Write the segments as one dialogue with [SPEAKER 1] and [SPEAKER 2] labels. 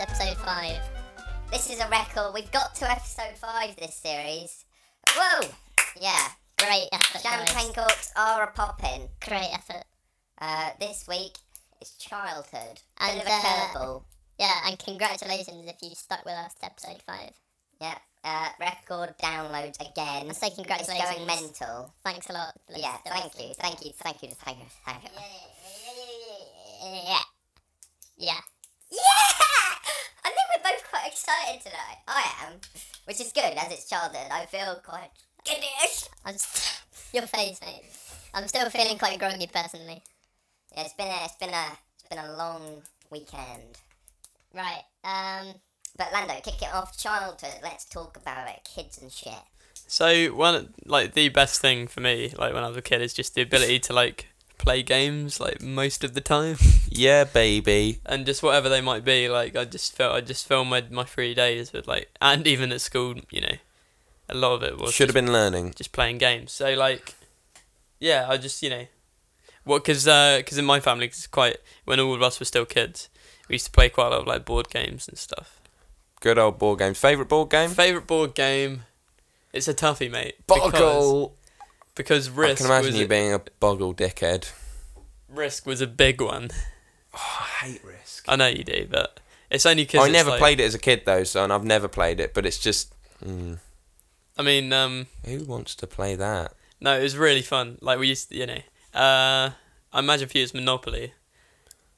[SPEAKER 1] episode five. This is a record. We've got to episode five this series. Whoa! Yeah.
[SPEAKER 2] Great effort, guys.
[SPEAKER 1] Champagne corks are a poppin'.
[SPEAKER 2] Great effort.
[SPEAKER 1] Uh, this week it's childhood. Bit
[SPEAKER 2] And,
[SPEAKER 1] of a
[SPEAKER 2] uh,
[SPEAKER 1] curveball.
[SPEAKER 2] Yeah, and congratulations if you stuck with us to episode five.
[SPEAKER 1] Yeah. Uh, record downloads again.
[SPEAKER 2] I say
[SPEAKER 1] It's
[SPEAKER 2] congratulations.
[SPEAKER 1] going mental.
[SPEAKER 2] Thanks a lot. Liz.
[SPEAKER 1] Yeah.
[SPEAKER 2] That
[SPEAKER 1] Thank
[SPEAKER 2] was-
[SPEAKER 1] you. Thank you. Thank you. Thank you. Thank you.
[SPEAKER 2] Yeah. Yeah.
[SPEAKER 1] Yeah! I think we're both quite excited tonight. I am, which is good as it's childhood. I feel quite goodish.
[SPEAKER 2] I'm st- your face, mate. I'm still feeling quite groggy personally.
[SPEAKER 1] Yeah, it's been a, it's been a, it's been a long weekend.
[SPEAKER 2] Right. Um.
[SPEAKER 1] But Lando, kick it off. Childhood. Let's talk about it. Kids and shit.
[SPEAKER 3] So one like the best thing for me, like when I was a kid, is just the ability to like play games like most of the time,
[SPEAKER 4] Yeah, baby.
[SPEAKER 3] and just whatever they might be. Like I just felt I just filled my my free days with like, and even at school, you know, a lot of it was
[SPEAKER 4] Should have
[SPEAKER 3] just-
[SPEAKER 4] been learning.
[SPEAKER 3] just playing games. So like, yeah, I just you know, what because because in my family, 'cause it's quite when all of us were still kids, we used to play quite a lot of like board games and stuff.
[SPEAKER 4] Good old board games. Favorite board game?
[SPEAKER 3] Favorite board game, it's a toughie, mate. Because,
[SPEAKER 4] Boggle.
[SPEAKER 3] because
[SPEAKER 4] I
[SPEAKER 3] risk
[SPEAKER 4] can imagine
[SPEAKER 3] was
[SPEAKER 4] you
[SPEAKER 3] a-
[SPEAKER 4] being a boggle dickhead.
[SPEAKER 3] Risk was a big one.
[SPEAKER 4] Oh, I hate Risk.
[SPEAKER 3] I know you do, but it's only because
[SPEAKER 4] I never played it as a kid though, son. I've never played it, but it's just. Mm,
[SPEAKER 3] I mean, um,
[SPEAKER 4] who wants to play that?
[SPEAKER 3] no, it was really fun. Like we used, to, you know, uh, I imagine for you it's Monopoly,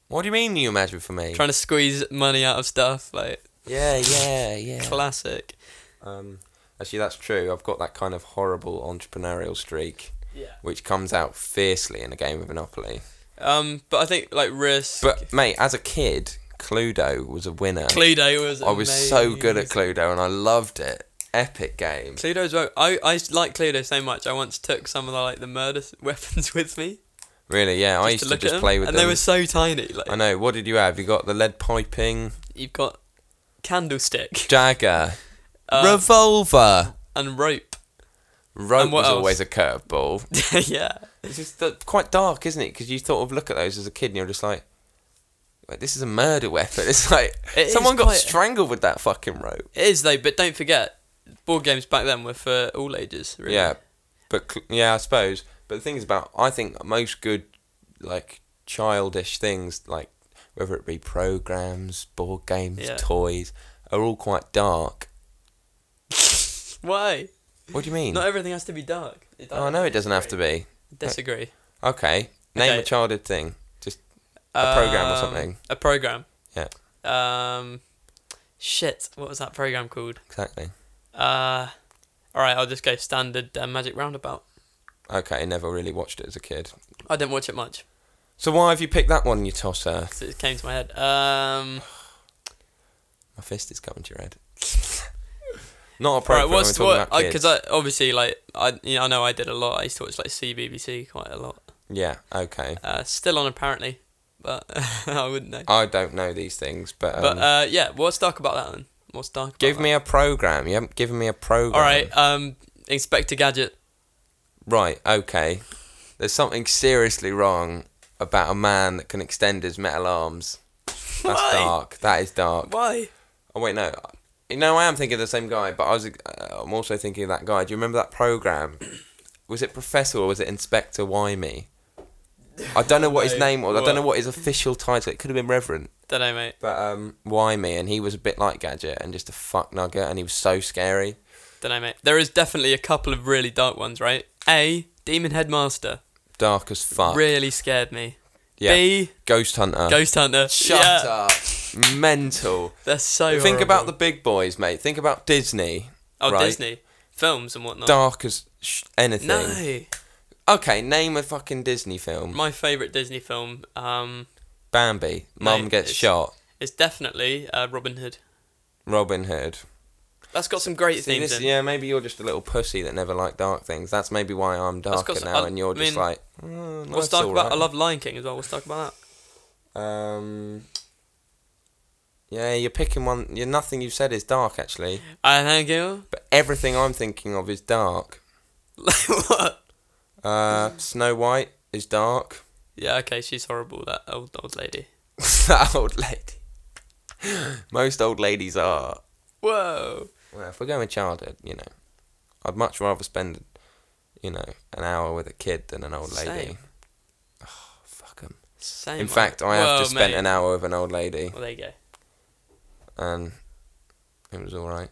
[SPEAKER 4] What do you mean you imagine for me?
[SPEAKER 3] trying to squeeze money out of stuff, like
[SPEAKER 4] yeah, yeah, yeah.
[SPEAKER 3] classic.
[SPEAKER 4] Um, actually, that's true. I've got that kind of horrible entrepreneurial streak,
[SPEAKER 3] Yeah.
[SPEAKER 4] which comes out fiercely in a game of Monopoly.
[SPEAKER 3] Um, but I think like Risk,
[SPEAKER 4] But mate, as a kid, Cluedo was a winner.
[SPEAKER 3] Cluedo was.
[SPEAKER 4] I was so good at
[SPEAKER 3] amazing.
[SPEAKER 4] Cluedo, and I loved it. Epic game.
[SPEAKER 3] Cluedo's. well. I I used to like Cluedo so much. I once took some of the like the murder s- weapons with me.
[SPEAKER 4] Really, yeah. I
[SPEAKER 3] just
[SPEAKER 4] used to,
[SPEAKER 3] look at
[SPEAKER 4] just
[SPEAKER 3] them,
[SPEAKER 4] play with
[SPEAKER 3] and
[SPEAKER 4] them.
[SPEAKER 3] they were so tiny. Like
[SPEAKER 4] I know. What did you have? You got the lead piping,
[SPEAKER 3] you've got candlestick,
[SPEAKER 4] dagger,
[SPEAKER 3] uh,
[SPEAKER 4] revolver.
[SPEAKER 3] and rope.
[SPEAKER 4] Rope
[SPEAKER 3] and what
[SPEAKER 4] was
[SPEAKER 3] else?
[SPEAKER 4] always a curveball.
[SPEAKER 3] yeah.
[SPEAKER 4] It's just uh, quite dark, isn't it? Because you sort of look at those as a kid, and you're just like, "Wait, this is a murder weapon." It's like
[SPEAKER 3] It is
[SPEAKER 4] someone got
[SPEAKER 3] quite-
[SPEAKER 4] strangled with that fucking rope.
[SPEAKER 3] It is though, but don't forget, board games back then were for all ages. Really.
[SPEAKER 4] Yeah, but cl- yeah, I suppose. But the thing is about, I think most good, like childish things, like whether it be programs, board games,
[SPEAKER 3] Yeah.
[SPEAKER 4] toys, are all quite dark.
[SPEAKER 3] Why?
[SPEAKER 4] What do you mean?
[SPEAKER 3] Not everything has to be dark. It
[SPEAKER 4] oh no, it doesn't have to be.
[SPEAKER 3] Disagree.
[SPEAKER 4] Okay, name
[SPEAKER 3] Okay.
[SPEAKER 4] a childhood thing. Just A program or something.
[SPEAKER 3] Um, A program.
[SPEAKER 4] Yeah.
[SPEAKER 3] Um, shit. What was that program called?
[SPEAKER 4] exactly.
[SPEAKER 3] Uh, all right. I'll just go standard uh, Magic Roundabout.
[SPEAKER 4] Okay, never really watched it as a kid.
[SPEAKER 3] I didn't watch it much
[SPEAKER 4] So why have you picked that one, you tosser?
[SPEAKER 3] because it came to my head. Um,
[SPEAKER 4] My fist is coming to your head. Not
[SPEAKER 3] all
[SPEAKER 4] appropriate
[SPEAKER 3] right. What's
[SPEAKER 4] when we're
[SPEAKER 3] what?
[SPEAKER 4] talking about kids.
[SPEAKER 3] Because I, obviously, like I, you know, I know I did a lot. I used to watch like CBBC quite a lot.
[SPEAKER 4] yeah, okay.
[SPEAKER 3] Uh, still on apparently, but I wouldn't know.
[SPEAKER 4] I don't know these things, but, um,
[SPEAKER 3] But uh, yeah, what's dark about that then? What's dark? About
[SPEAKER 4] give
[SPEAKER 3] that?
[SPEAKER 4] me a program. You haven't given me a program.
[SPEAKER 3] All right, um, Inspector Gadget.
[SPEAKER 4] Right, okay. There's something seriously wrong about a man that can extend his metal arms. That's
[SPEAKER 3] Why?
[SPEAKER 4] dark. That is dark.
[SPEAKER 3] Why?
[SPEAKER 4] Oh wait, no. No, I am thinking of the same guy, but I was. Uh, I'm also thinking of that guy. Do you remember that program? Was it Professor or was it Inspector Wymey? I don't know what his
[SPEAKER 3] No,
[SPEAKER 4] name was. I don't know
[SPEAKER 3] what?
[SPEAKER 4] what his official title. It could have been Reverend,
[SPEAKER 3] Don't know, mate.
[SPEAKER 4] but um, Wymey, and he was a bit like Gadget and just a fuck nugget, and he was so scary.
[SPEAKER 3] Don't know, mate. There is definitely a couple of really dark ones, right? A Demon Headmaster
[SPEAKER 4] Dark as fuck.
[SPEAKER 3] really scared me.
[SPEAKER 4] Yeah.
[SPEAKER 3] B
[SPEAKER 4] Ghost Hunter.
[SPEAKER 3] Ghost Hunter.
[SPEAKER 4] Shut
[SPEAKER 3] Yeah,
[SPEAKER 4] up. Mental.
[SPEAKER 3] They're so.
[SPEAKER 4] Think about
[SPEAKER 3] horrible.
[SPEAKER 4] the big boys, mate. Think about Disney.
[SPEAKER 3] oh
[SPEAKER 4] right.
[SPEAKER 3] Disney films and whatnot.
[SPEAKER 4] Dark as sh- anything.
[SPEAKER 3] no,
[SPEAKER 4] Okay, name a fucking Disney film.
[SPEAKER 3] my favorite Disney film um
[SPEAKER 4] Bambi. Mum
[SPEAKER 3] Mate,
[SPEAKER 4] gets
[SPEAKER 3] it's-
[SPEAKER 4] shot.
[SPEAKER 3] is definitely uh, Robin Hood.
[SPEAKER 4] Robin Hood.
[SPEAKER 3] That's got some great
[SPEAKER 4] See,
[SPEAKER 3] themes
[SPEAKER 4] this-
[SPEAKER 3] in.
[SPEAKER 4] yeah, maybe you're just a little pussy that never liked dark things. That's maybe why I'm
[SPEAKER 3] That's
[SPEAKER 4] darker
[SPEAKER 3] 'cause
[SPEAKER 4] now,
[SPEAKER 3] I-
[SPEAKER 4] and you're
[SPEAKER 3] I
[SPEAKER 4] just
[SPEAKER 3] mean,
[SPEAKER 4] like. Mm,
[SPEAKER 3] What's
[SPEAKER 4] life's
[SPEAKER 3] dark
[SPEAKER 4] all
[SPEAKER 3] about? I
[SPEAKER 4] right."
[SPEAKER 3] love Lion King as well. What's dark about that?
[SPEAKER 4] Um, yeah, you're picking one. You're, nothing you've said is dark, actually.
[SPEAKER 3] I thank you.
[SPEAKER 4] But everything I'm thinking of is dark.
[SPEAKER 3] Like what?
[SPEAKER 4] Uh, Snow White is dark.
[SPEAKER 3] Yeah, okay, she's horrible. That old old lady.
[SPEAKER 4] that old lady. Most old ladies are.
[SPEAKER 3] Whoa.
[SPEAKER 4] Well, if we're going with childhood, you know, I'd much rather spend, you know, an hour with a kid than an old lady.
[SPEAKER 3] Same.
[SPEAKER 4] Oh, fuck 'em.
[SPEAKER 3] Same.
[SPEAKER 4] In
[SPEAKER 3] mate.
[SPEAKER 4] fact, I have
[SPEAKER 3] Whoa,
[SPEAKER 4] just spent
[SPEAKER 3] mate.
[SPEAKER 4] an hour with an old lady,
[SPEAKER 3] Well, there you go.
[SPEAKER 4] and it was all right.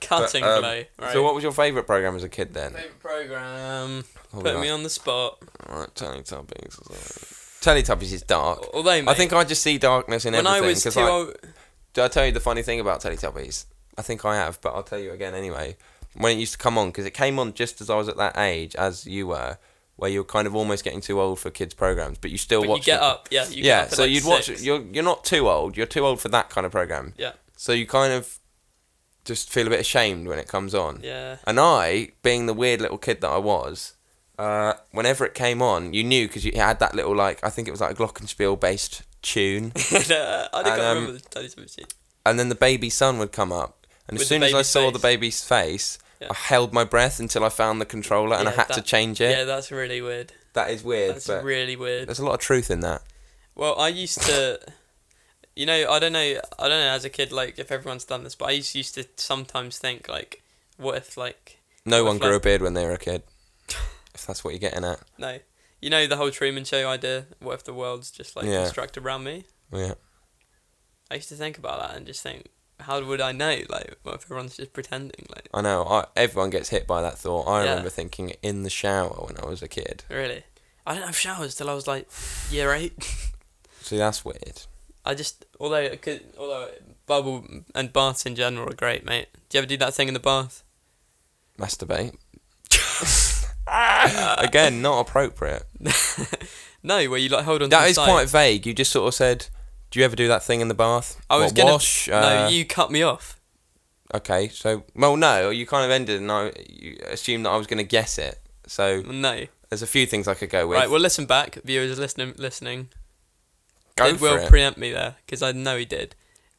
[SPEAKER 3] Cutting
[SPEAKER 4] But, um,
[SPEAKER 3] blow. Right.
[SPEAKER 4] So, what was your favourite program as a kid then?
[SPEAKER 3] Favorite program?
[SPEAKER 4] Probably
[SPEAKER 3] Put me
[SPEAKER 4] like-
[SPEAKER 3] on the spot.
[SPEAKER 4] Right, Teletubbies. Or something. Teletubbies is dark.
[SPEAKER 3] Although, mate,
[SPEAKER 4] I think I just see darkness in
[SPEAKER 3] when I
[SPEAKER 4] everything.
[SPEAKER 3] was
[SPEAKER 4] 'cause
[SPEAKER 3] too
[SPEAKER 4] I-
[SPEAKER 3] old,
[SPEAKER 4] Did I tell you the funny thing about Teletubbies? I think I have, but I'll tell you again anyway. When it used to come on, because it came on just as I was at that age, as you were, where you're kind of almost getting too old for kids' programs, but you still
[SPEAKER 3] but
[SPEAKER 4] watch.
[SPEAKER 3] you get
[SPEAKER 4] the-
[SPEAKER 3] up. Yeah. You
[SPEAKER 4] yeah,
[SPEAKER 3] Get up at
[SPEAKER 4] so
[SPEAKER 3] like
[SPEAKER 4] you'd watch.
[SPEAKER 3] six.
[SPEAKER 4] it- You're you're not too old. You're too old for that kind of program.
[SPEAKER 3] Yeah.
[SPEAKER 4] So you kind of just feel a bit ashamed when it comes on.
[SPEAKER 3] Yeah.
[SPEAKER 4] And I, being the weird little kid that I was, uh, whenever it came on, you knew because you it had that little like I think it was like a Glockenspiel based tune.
[SPEAKER 3] And, uh, I think
[SPEAKER 4] And,
[SPEAKER 3] I
[SPEAKER 4] um,
[SPEAKER 3] remember the Teletubbies. scene.
[SPEAKER 4] and then the baby's son would come up, and
[SPEAKER 3] With
[SPEAKER 4] as
[SPEAKER 3] the
[SPEAKER 4] soon as I
[SPEAKER 3] baby's
[SPEAKER 4] saw
[SPEAKER 3] face.
[SPEAKER 4] the baby's face,
[SPEAKER 3] Yeah.
[SPEAKER 4] I held my breath until I found the controller and I
[SPEAKER 3] Yeah,
[SPEAKER 4] had to
[SPEAKER 3] that-
[SPEAKER 4] change it.
[SPEAKER 3] Yeah, that's really weird.
[SPEAKER 4] that is weird,
[SPEAKER 3] That's
[SPEAKER 4] but
[SPEAKER 3] really weird.
[SPEAKER 4] there's a lot of truth in that.
[SPEAKER 3] Well, I used to, you know, I don't know, I don't know as a kid, like, if everyone's done this, but I used, used to sometimes think, like, what if, like,
[SPEAKER 4] No
[SPEAKER 3] What
[SPEAKER 4] one
[SPEAKER 3] if,
[SPEAKER 4] grew a
[SPEAKER 3] like-
[SPEAKER 4] beard when they were a kid. if that's what you're getting at,
[SPEAKER 3] no, you know, the whole Truman Show idea, what if the world's just, like,
[SPEAKER 4] Yeah.
[SPEAKER 3] constructed around me?
[SPEAKER 4] yeah.
[SPEAKER 3] I used to think about that and just think, how would I know, like, what if everyone's just pretending, like,
[SPEAKER 4] I know. I, everyone gets hit by that thought. I
[SPEAKER 3] Yeah.
[SPEAKER 4] remember thinking it in the shower when I was a kid.
[SPEAKER 3] really? I didn't have showers till I was, like, year eight.
[SPEAKER 4] See, that's weird.
[SPEAKER 3] I just, although, it could, although bubble and baths in general are great, mate. Do you ever do that thing in the bath?
[SPEAKER 4] Masturbate. Again, not appropriate.
[SPEAKER 3] No, where you like hold on. to
[SPEAKER 4] That
[SPEAKER 3] the
[SPEAKER 4] is
[SPEAKER 3] side.
[SPEAKER 4] quite vague. You just sort of said, "Do you ever do that thing in the bath?"
[SPEAKER 3] I was
[SPEAKER 4] What,
[SPEAKER 3] gonna.
[SPEAKER 4] wash.
[SPEAKER 3] no,
[SPEAKER 4] uh,
[SPEAKER 3] you cut me off.
[SPEAKER 4] Okay, so well, no, you kind of ended, and I you assumed that I was going to guess it. So
[SPEAKER 3] No.
[SPEAKER 4] there's a few things I could go with.
[SPEAKER 3] Right. Well, listen back, viewers listening. Listening.
[SPEAKER 4] go
[SPEAKER 3] did
[SPEAKER 4] for
[SPEAKER 3] Will
[SPEAKER 4] it.
[SPEAKER 3] preempt me there because I know he did.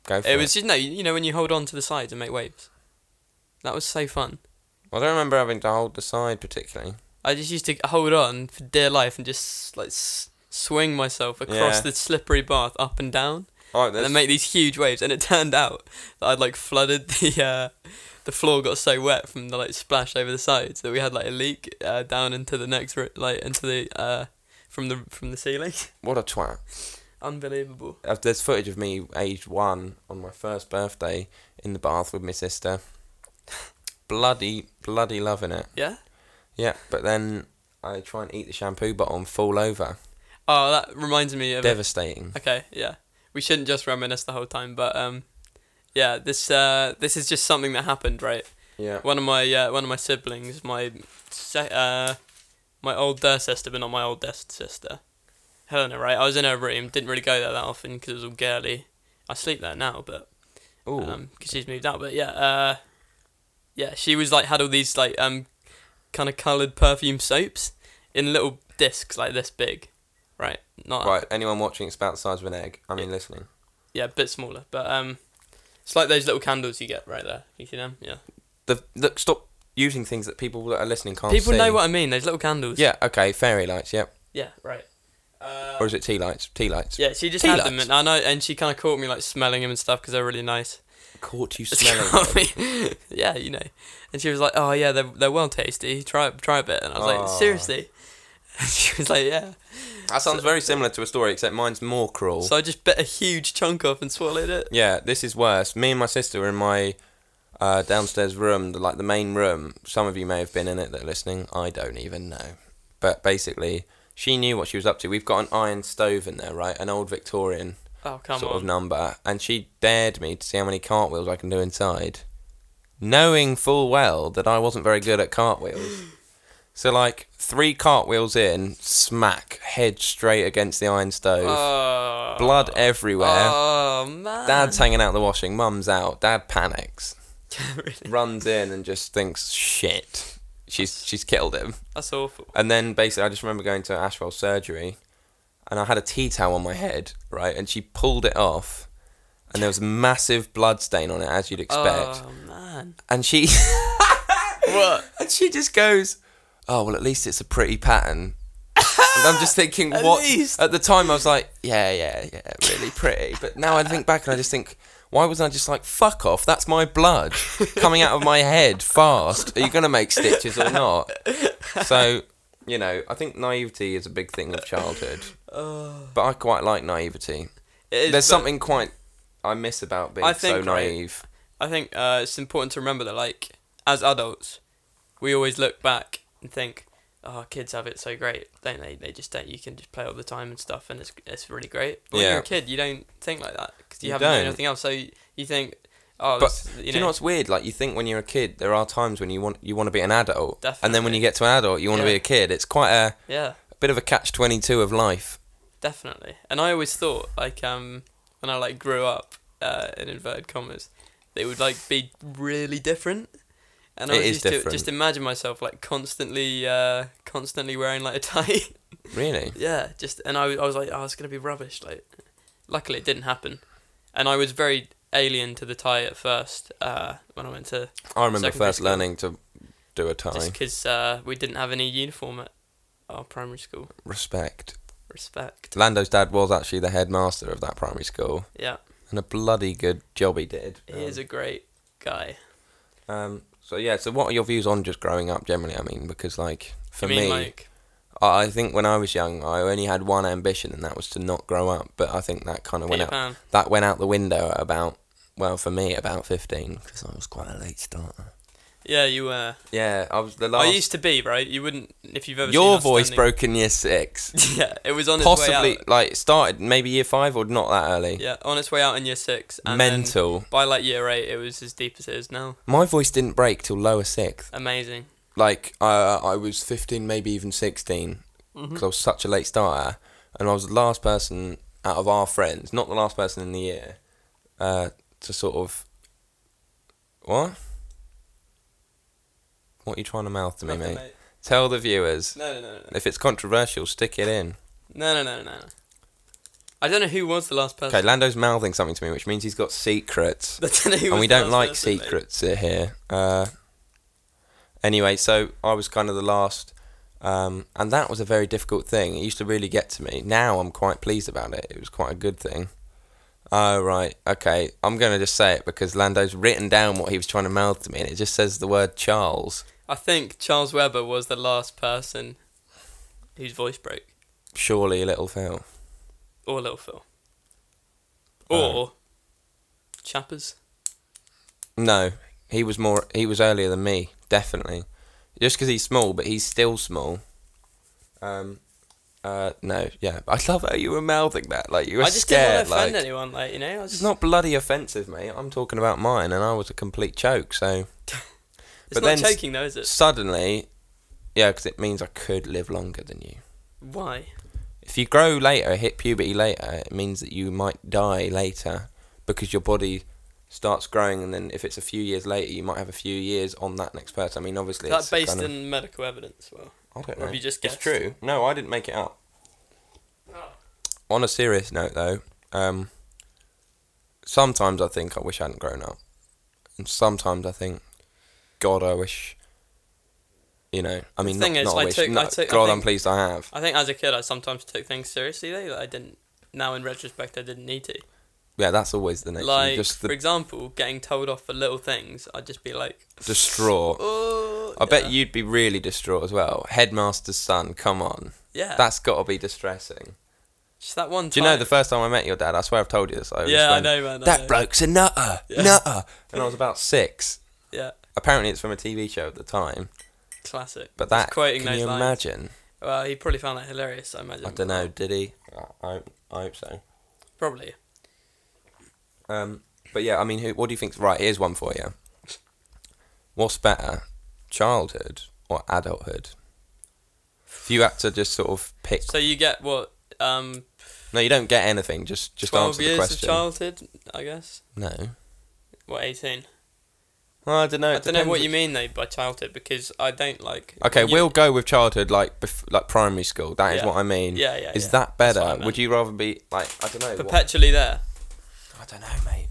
[SPEAKER 4] go for
[SPEAKER 3] It was just no. You know when you hold on to the sides and make waves. That was so fun.
[SPEAKER 4] I don't remember having to hold the side particularly.
[SPEAKER 3] I just used to hold on for dear life and just like s- swing myself across
[SPEAKER 4] Yeah.
[SPEAKER 3] the slippery bath up and down
[SPEAKER 4] All right,
[SPEAKER 3] and
[SPEAKER 4] that's,
[SPEAKER 3] then make these huge waves. And it turned out that I'd like flooded the. Uh, the floor got so wet from the like splash over the sides that we had like a leak uh, down into the next ro- like into the uh, from the from the ceiling.
[SPEAKER 4] what a twat.
[SPEAKER 3] Unbelievable.
[SPEAKER 4] Uh, There's footage of me aged one on my first birthday in the bath with my sister. bloody, bloody loving it.
[SPEAKER 3] Yeah.
[SPEAKER 4] Yeah, but then I try and eat the shampoo bottle and fall over.
[SPEAKER 3] Oh, that reminds me of.
[SPEAKER 4] Devastating.
[SPEAKER 3] okay, yeah. We shouldn't just reminisce the whole time, but um, yeah. This uh, this is just something that happened, right?
[SPEAKER 4] Yeah.
[SPEAKER 3] One of my uh, one of my siblings, my se- uh, my older sister, but not my oldest sister, Helena. Right, I was in her room. Didn't really go there that often because it was all girly. I sleep there now, but
[SPEAKER 4] Ooh.
[SPEAKER 3] um, because she's moved out. But yeah, uh, yeah, she was like had all these like um, kind of coloured perfume soaps in little discs like this big, right? Not
[SPEAKER 4] right, anyone watching, it's about the size of an egg. I mean, listening.
[SPEAKER 3] yeah, a bit smaller, but um, it's like those little candles you get right there. You see them? Yeah.
[SPEAKER 4] The look, stop using things that people that are listening can't
[SPEAKER 3] People
[SPEAKER 4] see.
[SPEAKER 3] know what I mean. Those little candles.
[SPEAKER 4] Oh, Yeah. Okay. Fairy lights. Yep.
[SPEAKER 3] Yeah. Right. Uh,
[SPEAKER 4] Or is it tea lights? Tea lights.
[SPEAKER 3] yeah, she just
[SPEAKER 4] tea
[SPEAKER 3] had them,
[SPEAKER 4] lights?
[SPEAKER 3] and I know, and she kind of caught me like smelling them and stuff because they're really nice.
[SPEAKER 4] Caught you
[SPEAKER 3] Caught me. yeah, you know, and she was like, "Oh yeah, they're they're well tasty. Try try a bit," and I was like,
[SPEAKER 4] Aw.
[SPEAKER 3] "Seriously?" And she was like, "Yeah."
[SPEAKER 4] that sounds very similar to a story, except mine's more cruel.
[SPEAKER 3] So I just bit a huge chunk off and swallowed it.
[SPEAKER 4] yeah, this is worse. Me and my sister were in my uh, downstairs room, the, like the main room. Some of you may have been in it that are listening. I don't even know. But basically, she knew what she was up to. We've got an iron stove in there, right? An old Victorian
[SPEAKER 3] Oh come
[SPEAKER 4] sort
[SPEAKER 3] on!
[SPEAKER 4] of number, and she dared me to see how many cartwheels I can do inside, knowing full well that I wasn't very good at cartwheels. so like three cartwheels in, smack, head straight against the iron stove,
[SPEAKER 3] Oh,
[SPEAKER 4] blood everywhere.
[SPEAKER 3] Oh man!
[SPEAKER 4] Dad's hanging out the washing, mum's out. Dad panics,
[SPEAKER 3] Really?
[SPEAKER 4] runs in and just thinks, "Shit, she's she's killed him."
[SPEAKER 3] That's awful.
[SPEAKER 4] And then basically, I just remember going to Ashwell surgery, and I had a tea towel on my head, right? And she pulled it off, and there was a massive blood stain on it, as you'd expect.
[SPEAKER 3] Oh man!
[SPEAKER 4] And she
[SPEAKER 3] What?
[SPEAKER 4] and she just goes, "Oh well, at least it's a pretty pattern." And I'm just thinking,
[SPEAKER 3] At
[SPEAKER 4] what?
[SPEAKER 3] least.
[SPEAKER 4] At the time, I was like, yeah, yeah, yeah, really pretty. But now I think back and I just think, why wasn't I just like, fuck off? That's my blood coming out of my head fast. Are you gonna make stitches or not? So, you know, I think naivety is a big thing of childhood.
[SPEAKER 3] Oh.
[SPEAKER 4] But I quite like naivety.
[SPEAKER 3] It is,
[SPEAKER 4] There's
[SPEAKER 3] but
[SPEAKER 4] something quite I miss about being
[SPEAKER 3] I
[SPEAKER 4] so
[SPEAKER 3] think, right,
[SPEAKER 4] naive.
[SPEAKER 3] I think uh, it's important to remember that, like, as adults, we always look back and think, "Oh, kids have it so great, don't they? They just don't. You can just play all the time and stuff, and it's it's really great." But when
[SPEAKER 4] Yeah.
[SPEAKER 3] you're a kid, you don't think like that because you,
[SPEAKER 4] You
[SPEAKER 3] haven't done
[SPEAKER 4] don't.
[SPEAKER 3] anything else. So you, you think, "Oh,
[SPEAKER 4] But
[SPEAKER 3] this-
[SPEAKER 4] Do you know what's weird? Like you think when you're a kid, there are times when you want you want to be an adult, and then when
[SPEAKER 3] Definitely.
[SPEAKER 4] you get to an adult, you want to
[SPEAKER 3] Yeah.
[SPEAKER 4] be a kid. It's quite a
[SPEAKER 3] yeah."
[SPEAKER 4] bit of a catch twenty two of life.
[SPEAKER 3] Definitely. And I always thought, like, um, when I like grew up, uh, in inverted commas, they would like be really different. And I
[SPEAKER 4] It
[SPEAKER 3] was
[SPEAKER 4] is
[SPEAKER 3] used to
[SPEAKER 4] different.
[SPEAKER 3] just imagine myself like constantly, uh, constantly wearing like a tie.
[SPEAKER 4] Really?
[SPEAKER 3] yeah, just and I, was- I was like, oh, it's gonna be rubbish. Like, luckily it didn't happen. And I was very alien to the tie at first uh, when I went to
[SPEAKER 4] I remember
[SPEAKER 3] Secondary
[SPEAKER 4] first
[SPEAKER 3] school.
[SPEAKER 4] learning to do a tie.
[SPEAKER 3] just because uh, we didn't have any uniform at our primary school.
[SPEAKER 4] Respect.
[SPEAKER 3] Respect.
[SPEAKER 4] Lando's dad was actually the headmaster of that primary school,
[SPEAKER 3] Yeah,
[SPEAKER 4] and a bloody good job he did.
[SPEAKER 3] he is a great guy.
[SPEAKER 4] Um, so yeah. So what are your views on just growing up generally? I mean, because like for
[SPEAKER 3] I mean,
[SPEAKER 4] me,
[SPEAKER 3] like
[SPEAKER 4] I I think when I was young, I only had one ambition, and that was to not grow up. But I think that kind of went
[SPEAKER 3] Peter
[SPEAKER 4] out.
[SPEAKER 3] Pan.
[SPEAKER 4] That went out the window at about, well, for me, about fifteen, because I was quite a late starter.
[SPEAKER 3] Yeah, you were.
[SPEAKER 4] Yeah, I was the last.
[SPEAKER 3] I used to be right. You wouldn't if you've ever. seen
[SPEAKER 4] your
[SPEAKER 3] us
[SPEAKER 4] voice
[SPEAKER 3] standing-
[SPEAKER 4] broke in year six,
[SPEAKER 3] Yeah, it was on its way
[SPEAKER 4] possibly
[SPEAKER 3] out.
[SPEAKER 4] like started maybe year five or not that early.
[SPEAKER 3] Yeah, on its way out in year six. And then
[SPEAKER 4] Mental.
[SPEAKER 3] by like year eight, it was as deep as it is now.
[SPEAKER 4] My voice didn't break till lower sixth.
[SPEAKER 3] Amazing.
[SPEAKER 4] Like uh, I was fifteen, maybe even sixteen,
[SPEAKER 3] Mm-hmm.
[SPEAKER 4] because I was such a late starter, and I was the last person out of our friends, not the last person in the year, uh, to sort of. What? What are you trying to mouth to me,
[SPEAKER 3] Nothing,
[SPEAKER 4] mate?
[SPEAKER 3] mate.
[SPEAKER 4] Tell the viewers.
[SPEAKER 3] No, no, no, no, no,
[SPEAKER 4] If it's controversial, stick it in.
[SPEAKER 3] no, no, no, no. no. I don't know who was the last person.
[SPEAKER 4] Okay, Lando's mouthing something to me, which means he's got secrets.
[SPEAKER 3] I don't know who
[SPEAKER 4] and
[SPEAKER 3] was
[SPEAKER 4] we
[SPEAKER 3] the
[SPEAKER 4] don't
[SPEAKER 3] last
[SPEAKER 4] like
[SPEAKER 3] person, mate.
[SPEAKER 4] secrets here. Uh, anyway, so I was kind of the last, um, and that was a very difficult thing. It used to really get to me. Now I'm quite pleased about it. It was quite a good thing. Oh right, okay. I'm gonna just say it because Lando's written down what he was trying to mouth to me, and it just says the word Charles.
[SPEAKER 3] I think Charles Webber was the last person whose voice broke,
[SPEAKER 4] Surely, little Phil.
[SPEAKER 3] or Little Phil,
[SPEAKER 4] Oh.
[SPEAKER 3] or Chappers.
[SPEAKER 4] No, he was more. He was earlier than me, definitely. Just because he's small, but he's still small. Um, uh, no, yeah. I love how you were mouthing that. Like you were
[SPEAKER 3] I just
[SPEAKER 4] scared.
[SPEAKER 3] didn't want to offend
[SPEAKER 4] like
[SPEAKER 3] anyone. Like you know, I was
[SPEAKER 4] it's
[SPEAKER 3] just
[SPEAKER 4] not bloody offensive, mate. I'm talking about mine, and I was a complete choke. So
[SPEAKER 3] It's
[SPEAKER 4] but
[SPEAKER 3] not
[SPEAKER 4] then s-
[SPEAKER 3] choking though, is it?
[SPEAKER 4] suddenly, yeah, because it means I could live longer than you.
[SPEAKER 3] Why?
[SPEAKER 4] If you grow later, hit puberty later, it means that you might die later because your body starts growing, and then if it's a few years later, you might have a few years on that next person. I mean, obviously,
[SPEAKER 3] Is that
[SPEAKER 4] it's
[SPEAKER 3] based
[SPEAKER 4] kind of-
[SPEAKER 3] in medical evidence? Well,
[SPEAKER 4] I don't
[SPEAKER 3] Or
[SPEAKER 4] know.
[SPEAKER 3] have you just
[SPEAKER 4] it's
[SPEAKER 3] guessed?
[SPEAKER 4] true. No, I didn't make it up.
[SPEAKER 3] Oh.
[SPEAKER 4] On a serious note, though, um, sometimes I think I wish I hadn't grown up, and sometimes I think, God, I wish. You know, I mean,
[SPEAKER 3] thing
[SPEAKER 4] not,
[SPEAKER 3] is,
[SPEAKER 4] not
[SPEAKER 3] I
[SPEAKER 4] wish.
[SPEAKER 3] took-
[SPEAKER 4] no,
[SPEAKER 3] I took- I
[SPEAKER 4] God, I'm
[SPEAKER 3] think-
[SPEAKER 4] pleased I have.
[SPEAKER 3] I think as a kid, I sometimes took things seriously. Though that I didn't. Now in retrospect, I didn't need to.
[SPEAKER 4] Yeah, that's always the nature.
[SPEAKER 3] Like
[SPEAKER 4] just
[SPEAKER 3] for
[SPEAKER 4] the
[SPEAKER 3] example, getting told off for little things, I'd just be like,
[SPEAKER 4] distraught.
[SPEAKER 3] "Oh."
[SPEAKER 4] I bet
[SPEAKER 3] yeah.
[SPEAKER 4] you'd be really distraught as well. Headmaster's son, come on.
[SPEAKER 3] Yeah.
[SPEAKER 4] That's got to be distressing.
[SPEAKER 3] just that one. Time.
[SPEAKER 4] Do you know the first time I met your dad? I swear I've told you this. I was
[SPEAKER 3] Yeah, I
[SPEAKER 4] went,
[SPEAKER 3] know, man. I
[SPEAKER 4] That
[SPEAKER 3] know.
[SPEAKER 4] bloke's a nutter,
[SPEAKER 3] Yeah.
[SPEAKER 4] nutter. And I was about six.
[SPEAKER 3] Yeah.
[SPEAKER 4] Apparently, it's from a TV show at the time.
[SPEAKER 3] Classic.
[SPEAKER 4] But
[SPEAKER 3] Just
[SPEAKER 4] that
[SPEAKER 3] quoting
[SPEAKER 4] can
[SPEAKER 3] those
[SPEAKER 4] you
[SPEAKER 3] lines.
[SPEAKER 4] imagine?
[SPEAKER 3] Well, he probably found that hilarious. I imagine.
[SPEAKER 4] I don't know. Did he? I, I, I hope so.
[SPEAKER 3] Probably.
[SPEAKER 4] Um, but yeah, I mean, who, what do you think's right? Here's one for you. What's better, childhood or adulthood? If you had to just sort of pick,
[SPEAKER 3] So you get what? Um,
[SPEAKER 4] no, you don't get anything. Just just
[SPEAKER 3] twelve
[SPEAKER 4] answer the
[SPEAKER 3] years of
[SPEAKER 4] question.
[SPEAKER 3] childhood, I guess.
[SPEAKER 4] no.
[SPEAKER 3] What eighteen?
[SPEAKER 4] Well, I don't know.
[SPEAKER 3] I don't know what you mean though by childhood because I don't like.
[SPEAKER 4] Okay,
[SPEAKER 3] when you-
[SPEAKER 4] we'll go with childhood, like bef- like primary school. That is
[SPEAKER 3] Yeah.
[SPEAKER 4] what I mean.
[SPEAKER 3] Yeah, yeah,
[SPEAKER 4] Is
[SPEAKER 3] yeah.
[SPEAKER 4] that
[SPEAKER 3] That's what I
[SPEAKER 4] better? Would
[SPEAKER 3] meant.
[SPEAKER 4] you rather be like I don't know? what-
[SPEAKER 3] perpetually there.
[SPEAKER 4] I don't know, mate.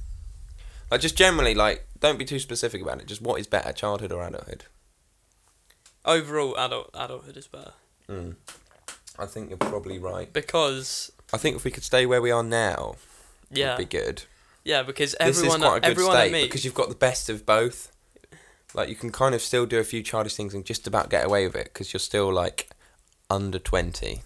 [SPEAKER 4] Like just generally, like don't be too specific about it. Just what is better, childhood or adulthood?
[SPEAKER 3] Overall, adult adulthood is better.
[SPEAKER 4] I think you're probably right.
[SPEAKER 3] because
[SPEAKER 4] I think if we could stay where we are now,
[SPEAKER 3] yeah,
[SPEAKER 4] would be good.
[SPEAKER 3] yeah, because
[SPEAKER 4] This
[SPEAKER 3] everyone,
[SPEAKER 4] is quite a good
[SPEAKER 3] everyone I
[SPEAKER 4] state
[SPEAKER 3] meet,
[SPEAKER 4] because you've got the best of both. Like you can kind of still do a few childish things and just about get away with it because you're still like under twenty.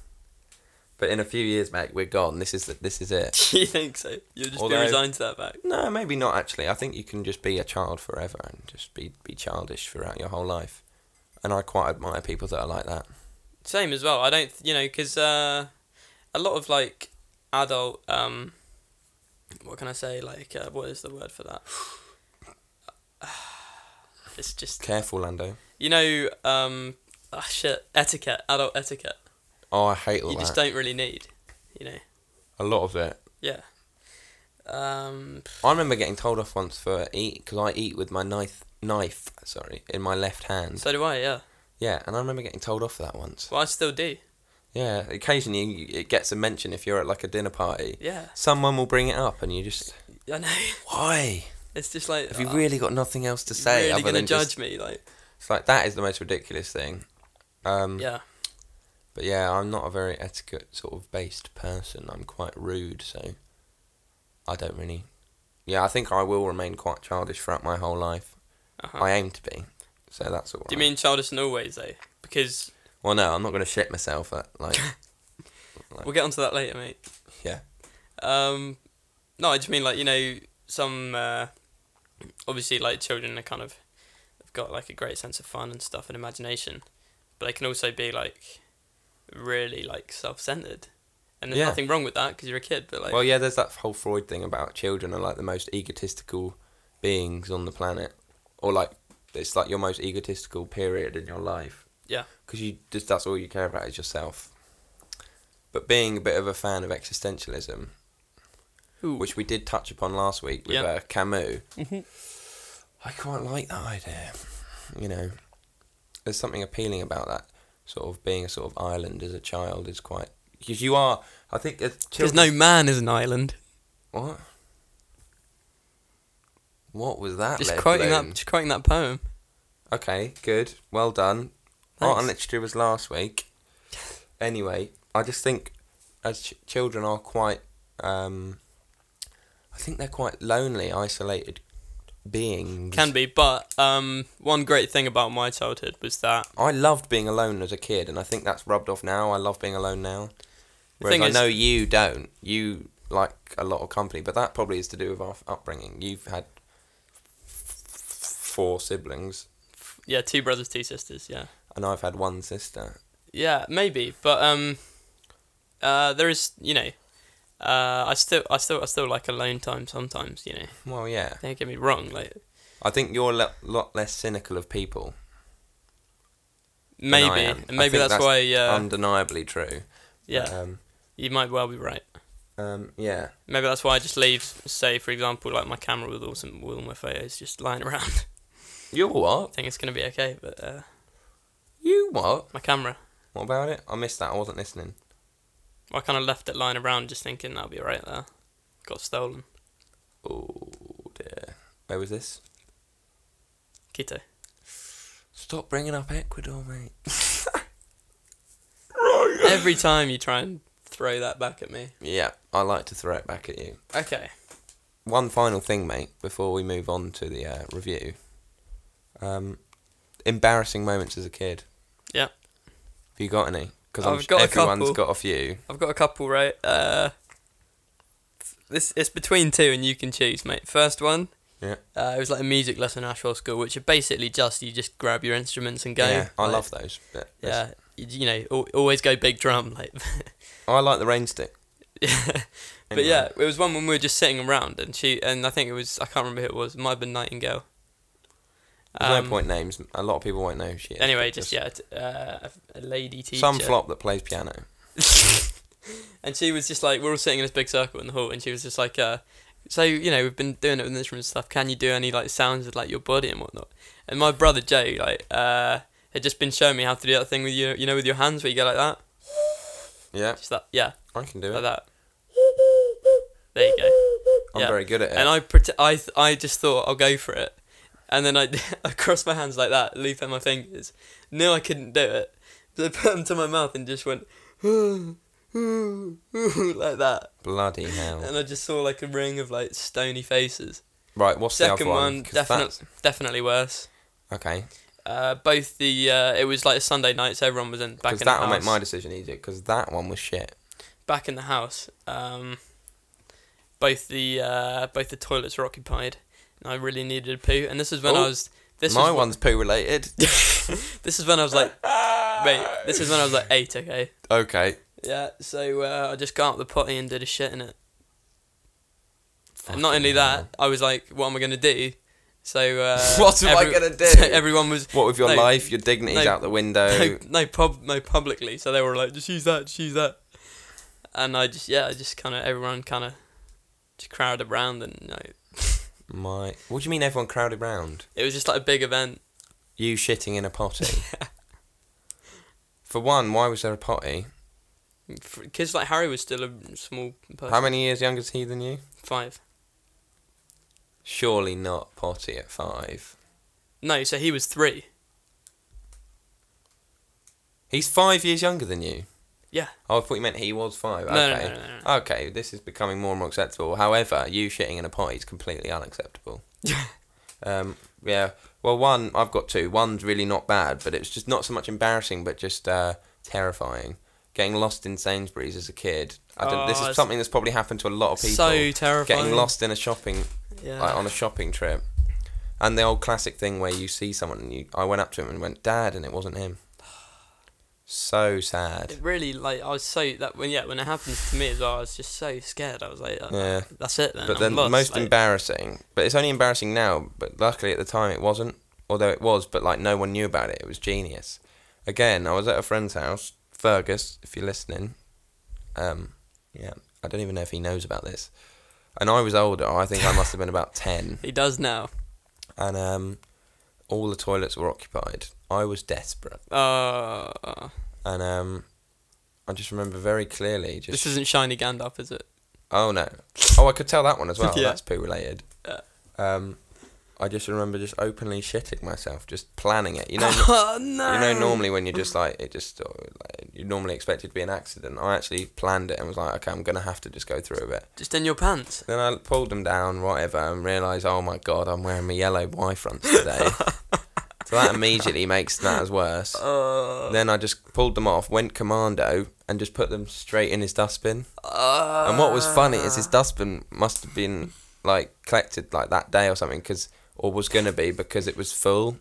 [SPEAKER 4] But in a few years, mate, we're gone. This is the, this is it.
[SPEAKER 3] you think so? You'll just
[SPEAKER 4] Although-
[SPEAKER 3] be resigned to that fact.
[SPEAKER 4] No, maybe not actually. I think you can just be a child forever and just be be childish throughout your whole life. And I quite admire people that are like that.
[SPEAKER 3] Same as well. I don't, you know, because uh, a lot of like adult, um, what can I say? Like, uh, what is the word for that? It's just
[SPEAKER 4] Careful, Lando.
[SPEAKER 3] you know, um, ah, shit, etiquette, adult etiquette.
[SPEAKER 4] Oh, I hate all
[SPEAKER 3] you
[SPEAKER 4] that.
[SPEAKER 3] just don't really need, you know.
[SPEAKER 4] A lot of it.
[SPEAKER 3] Yeah. Um,
[SPEAKER 4] I remember getting told off once for eat because I eat with my knife knife sorry in my left hand.
[SPEAKER 3] so do I. Yeah.
[SPEAKER 4] Yeah, and I remember getting told off for that once.
[SPEAKER 3] Well, I still do.
[SPEAKER 4] Yeah, occasionally you- it gets a mention if you're at like a dinner party.
[SPEAKER 3] Yeah.
[SPEAKER 4] Someone will bring it up, and you just
[SPEAKER 3] I know.
[SPEAKER 4] why
[SPEAKER 3] It's just like.
[SPEAKER 4] have you
[SPEAKER 3] ah,
[SPEAKER 4] really got nothing else to
[SPEAKER 3] you're
[SPEAKER 4] say?
[SPEAKER 3] really
[SPEAKER 4] other
[SPEAKER 3] gonna
[SPEAKER 4] than
[SPEAKER 3] judge
[SPEAKER 4] just-
[SPEAKER 3] me? Like,
[SPEAKER 4] it's like that is the most ridiculous thing. Um,
[SPEAKER 3] yeah.
[SPEAKER 4] But yeah, I'm not a very etiquette sort of based person. I'm quite rude, so I don't really. Yeah, I think I will remain quite childish throughout my whole life.
[SPEAKER 3] Uh-huh.
[SPEAKER 4] I aim to be, so that's all.
[SPEAKER 3] Do you mean childish in all ways though? Because
[SPEAKER 4] Well, no, I'm not going to shit myself at like. like-
[SPEAKER 3] we'll get onto that later, mate.
[SPEAKER 4] Yeah.
[SPEAKER 3] Um, no, I just mean like you know some uh, obviously like children are kind of have got like a great sense of fun and stuff and imagination, but they can also be like really like self-centered, and there's
[SPEAKER 4] Yeah.
[SPEAKER 3] nothing wrong with that because you're a kid. But like,
[SPEAKER 4] well, yeah, there's that whole Freud thing about children are like the most egotistical beings on the planet, or like it's like your most egotistical period in your life.
[SPEAKER 3] Yeah.
[SPEAKER 4] Because you just that's all you care about is yourself. But being a bit of a fan of existentialism,
[SPEAKER 3] Ooh.
[SPEAKER 4] which we did touch upon last week with
[SPEAKER 3] Yeah. Mm-hmm.
[SPEAKER 4] uh, Camus, I quite like that idea. You know, there's something appealing about that sort of being a sort of island as a child is quite because you are. I think as
[SPEAKER 3] because
[SPEAKER 4] children-
[SPEAKER 3] no man is an island.
[SPEAKER 4] what? What was that?
[SPEAKER 3] Just
[SPEAKER 4] lead
[SPEAKER 3] quoting that,
[SPEAKER 4] balloon?
[SPEAKER 3] just quoting that poem.
[SPEAKER 4] Okay, good. Well done. Art and literature was last week. Anyway, I just think as ch- children are quite, um, I think they're quite lonely, isolated beings.
[SPEAKER 3] Can be, but um, one great thing about my childhood was that
[SPEAKER 4] I loved being alone as a kid, and I think that's rubbed off now. I love being alone now.
[SPEAKER 3] The
[SPEAKER 4] Whereas
[SPEAKER 3] thing
[SPEAKER 4] I
[SPEAKER 3] is-
[SPEAKER 4] know you don't. You like a lot of company, but that probably is to do with our upbringing. You've had four siblings,
[SPEAKER 3] yeah, two brothers, two sisters, yeah.
[SPEAKER 4] and I've had one sister.
[SPEAKER 3] Yeah, maybe, but um, uh, there is you know, uh, I still I still I still like alone time sometimes. You know,
[SPEAKER 4] Well, yeah.
[SPEAKER 3] don't get me wrong. Like
[SPEAKER 4] I think you're a le- lot less cynical of people. than I
[SPEAKER 3] maybe
[SPEAKER 4] am. I
[SPEAKER 3] and maybe
[SPEAKER 4] think
[SPEAKER 3] that's, why yeah
[SPEAKER 4] undeniably true.
[SPEAKER 3] yeah
[SPEAKER 4] Um,
[SPEAKER 3] you might well be right.
[SPEAKER 4] um, yeah.
[SPEAKER 3] Maybe that's why I just leave. Say for example, like my camera with all some with all my photos just lying around.
[SPEAKER 4] You
[SPEAKER 3] I
[SPEAKER 4] what?
[SPEAKER 3] think it's gonna be okay, but uh,
[SPEAKER 4] You what?
[SPEAKER 3] my camera.
[SPEAKER 4] What about it? I missed that. I wasn't listening.
[SPEAKER 3] I kind of left it lying around, just thinking that'll be right there. Got stolen.
[SPEAKER 4] Oh dear. Where was this?
[SPEAKER 3] Quito.
[SPEAKER 4] Stop bringing up Ecuador, mate.
[SPEAKER 3] Every time you try and throw that back at me.
[SPEAKER 4] Yeah, I like to throw it back at you.
[SPEAKER 3] Okay.
[SPEAKER 4] One final thing, mate, before we move on to the uh, review. Um, embarrassing moments as a kid.
[SPEAKER 3] Yeah.
[SPEAKER 4] Have you got any? Because
[SPEAKER 3] I've got a
[SPEAKER 4] everyone's
[SPEAKER 3] couple.
[SPEAKER 4] got a few.
[SPEAKER 3] I've got a couple, right? Uh, this it's between two, and you can choose, mate. First one.
[SPEAKER 4] Yeah.
[SPEAKER 3] Uh, it was like a music lesson at Ashwell School, which are basically just you just grab your instruments and go.
[SPEAKER 4] yeah, I
[SPEAKER 3] Like,
[SPEAKER 4] love those. But
[SPEAKER 3] Yeah, you, you know, al- always go big drum, like.
[SPEAKER 4] I like the rain stick.
[SPEAKER 3] But yeah, it was one when we were just sitting around, and she and I think it was I can't remember who it was. It might have been Nightingale.
[SPEAKER 4] There's
[SPEAKER 3] Um,
[SPEAKER 4] no point names. A lot of people won't know who she is.
[SPEAKER 3] Anyway,
[SPEAKER 4] but
[SPEAKER 3] just yeah, t- uh, a a lady teacher.
[SPEAKER 4] Some flop that plays piano.
[SPEAKER 3] and she was just like, we're all sitting in this big circle in the hall, and she was just like, uh, so you know, we've been doing it with instruments and stuff. Can you do any like sounds with like your body and whatnot? And my brother Jay, like, uh, had just been showing me how to do that thing with your, you know, with your hands where you go like that,
[SPEAKER 4] Yeah,
[SPEAKER 3] just that, yeah,
[SPEAKER 4] I can do
[SPEAKER 3] like
[SPEAKER 4] it.
[SPEAKER 3] that. There you go.
[SPEAKER 4] I'm
[SPEAKER 3] yeah.
[SPEAKER 4] very good at it.
[SPEAKER 3] And I pret- I, th- I just thought I'll go for it, and then I, I crossed my hands like that, looped out my fingers. No, I couldn't do it. So I put them to my mouth and just went. like that.
[SPEAKER 4] Bloody hell.
[SPEAKER 3] And I just saw like a ring of like stony faces.
[SPEAKER 4] Right, what's the
[SPEAKER 3] Second
[SPEAKER 4] other one?
[SPEAKER 3] one,
[SPEAKER 4] 'Cause
[SPEAKER 3] definitely,
[SPEAKER 4] that's-
[SPEAKER 3] definitely worse.
[SPEAKER 4] Okay,
[SPEAKER 3] Uh, both the uh, it was like a Sunday night, so everyone was in back in
[SPEAKER 4] because
[SPEAKER 3] the
[SPEAKER 4] that'll
[SPEAKER 3] house.
[SPEAKER 4] make my decision easier, because that one was shit.
[SPEAKER 3] back in the house. Um, both the uh, both the toilets were occupied, and I really needed a poo. And this is when I
[SPEAKER 4] Oh,
[SPEAKER 3] was this
[SPEAKER 4] my
[SPEAKER 3] is
[SPEAKER 4] one's poo related.
[SPEAKER 3] this is when I was like wait this is when I was like eight okay
[SPEAKER 4] Okay.
[SPEAKER 3] yeah so uh, I just got up the potty and did a shit in it. And
[SPEAKER 4] Fucking
[SPEAKER 3] not only
[SPEAKER 4] hell.
[SPEAKER 3] that, I was like, what am I gonna do? So uh,
[SPEAKER 4] What am I gonna do?
[SPEAKER 3] so everyone was
[SPEAKER 4] What with your
[SPEAKER 3] No,
[SPEAKER 4] life, your dignity's
[SPEAKER 3] no,
[SPEAKER 4] out the window.
[SPEAKER 3] no, no, pub, no, publicly. So they were like, just use that, just use that. And I just, yeah, I just kind of, everyone kind of just crowded around and, you know,
[SPEAKER 4] My, what do you mean everyone crowded round?
[SPEAKER 3] it was just like a big event.
[SPEAKER 4] You shitting in a potty. For one, why was there a potty?
[SPEAKER 3] Because, like, Harry was still a small person.
[SPEAKER 4] How many years younger is he than you?
[SPEAKER 3] Five.
[SPEAKER 4] Surely not potty at five.
[SPEAKER 3] No, so he was three.
[SPEAKER 4] He's five years younger than you.
[SPEAKER 3] Yeah.
[SPEAKER 4] Oh, I thought you meant he was five.
[SPEAKER 3] No, no,
[SPEAKER 4] okay.
[SPEAKER 3] no, no, no.
[SPEAKER 4] Okay, this is becoming more and more acceptable. However, you shitting in a potty is completely unacceptable. um, yeah. Well, one, I've got two. One's really not bad, but it's just not so much embarrassing, but just uh, terrifying. Getting lost in Sainsbury's as a kid. I don't,
[SPEAKER 3] Oh,
[SPEAKER 4] this is
[SPEAKER 3] it's-
[SPEAKER 4] something that's probably happened to a lot of people.
[SPEAKER 3] So terrifying.
[SPEAKER 4] Getting lost in a shopping
[SPEAKER 3] Yeah.
[SPEAKER 4] like on a shopping trip. And the old classic thing where you see someone and you, I went up to him and went, "Dad," and it wasn't him. So sad.
[SPEAKER 3] it really, like, I was so, that when, yeah, when it happened to me as well, I was just so scared. I was like, "Uh,
[SPEAKER 4] Yeah.
[SPEAKER 3] that's it then.
[SPEAKER 4] But
[SPEAKER 3] I'm
[SPEAKER 4] then
[SPEAKER 3] lost.
[SPEAKER 4] most
[SPEAKER 3] like,
[SPEAKER 4] embarrassing. But it's only embarrassing now. But luckily at the time it wasn't. Although it was, but like no one knew about it. It was genius. Again, I was at a friend's house, Fergus, if you're listening. Um, yeah, I don't even know if he knows about this. And I was older. I think I must have been about ten.
[SPEAKER 3] He does now.
[SPEAKER 4] And um, all the toilets were occupied. I was desperate.
[SPEAKER 3] Uh,
[SPEAKER 4] and um, I just remember very clearly just
[SPEAKER 3] this isn't Shiny Gandalf, is it?
[SPEAKER 4] oh no, oh I could tell that one as well.
[SPEAKER 3] Yeah.
[SPEAKER 4] That's poo related.
[SPEAKER 3] Yeah.
[SPEAKER 4] Um, I just remember just openly shitting myself, just planning it. You know,
[SPEAKER 3] oh, no.
[SPEAKER 4] you know normally when you're just like it just uh, like, you normally expect it to be an accident. I actually planned it and was like, okay, I'm gonna have to just go through with it.
[SPEAKER 3] Just in your pants.
[SPEAKER 4] Then I pulled them down, whatever, and realised, oh my god, I'm wearing my yellow Y fronts today. so that immediately makes matters worse.
[SPEAKER 3] Uh,
[SPEAKER 4] Then I just pulled them off, went commando, and just put them straight in his dustbin.
[SPEAKER 3] uh,
[SPEAKER 4] And what was funny is
[SPEAKER 3] Ah.
[SPEAKER 4] his dustbin must have been like collected like that day or something, cause, or was gonna be because it was full.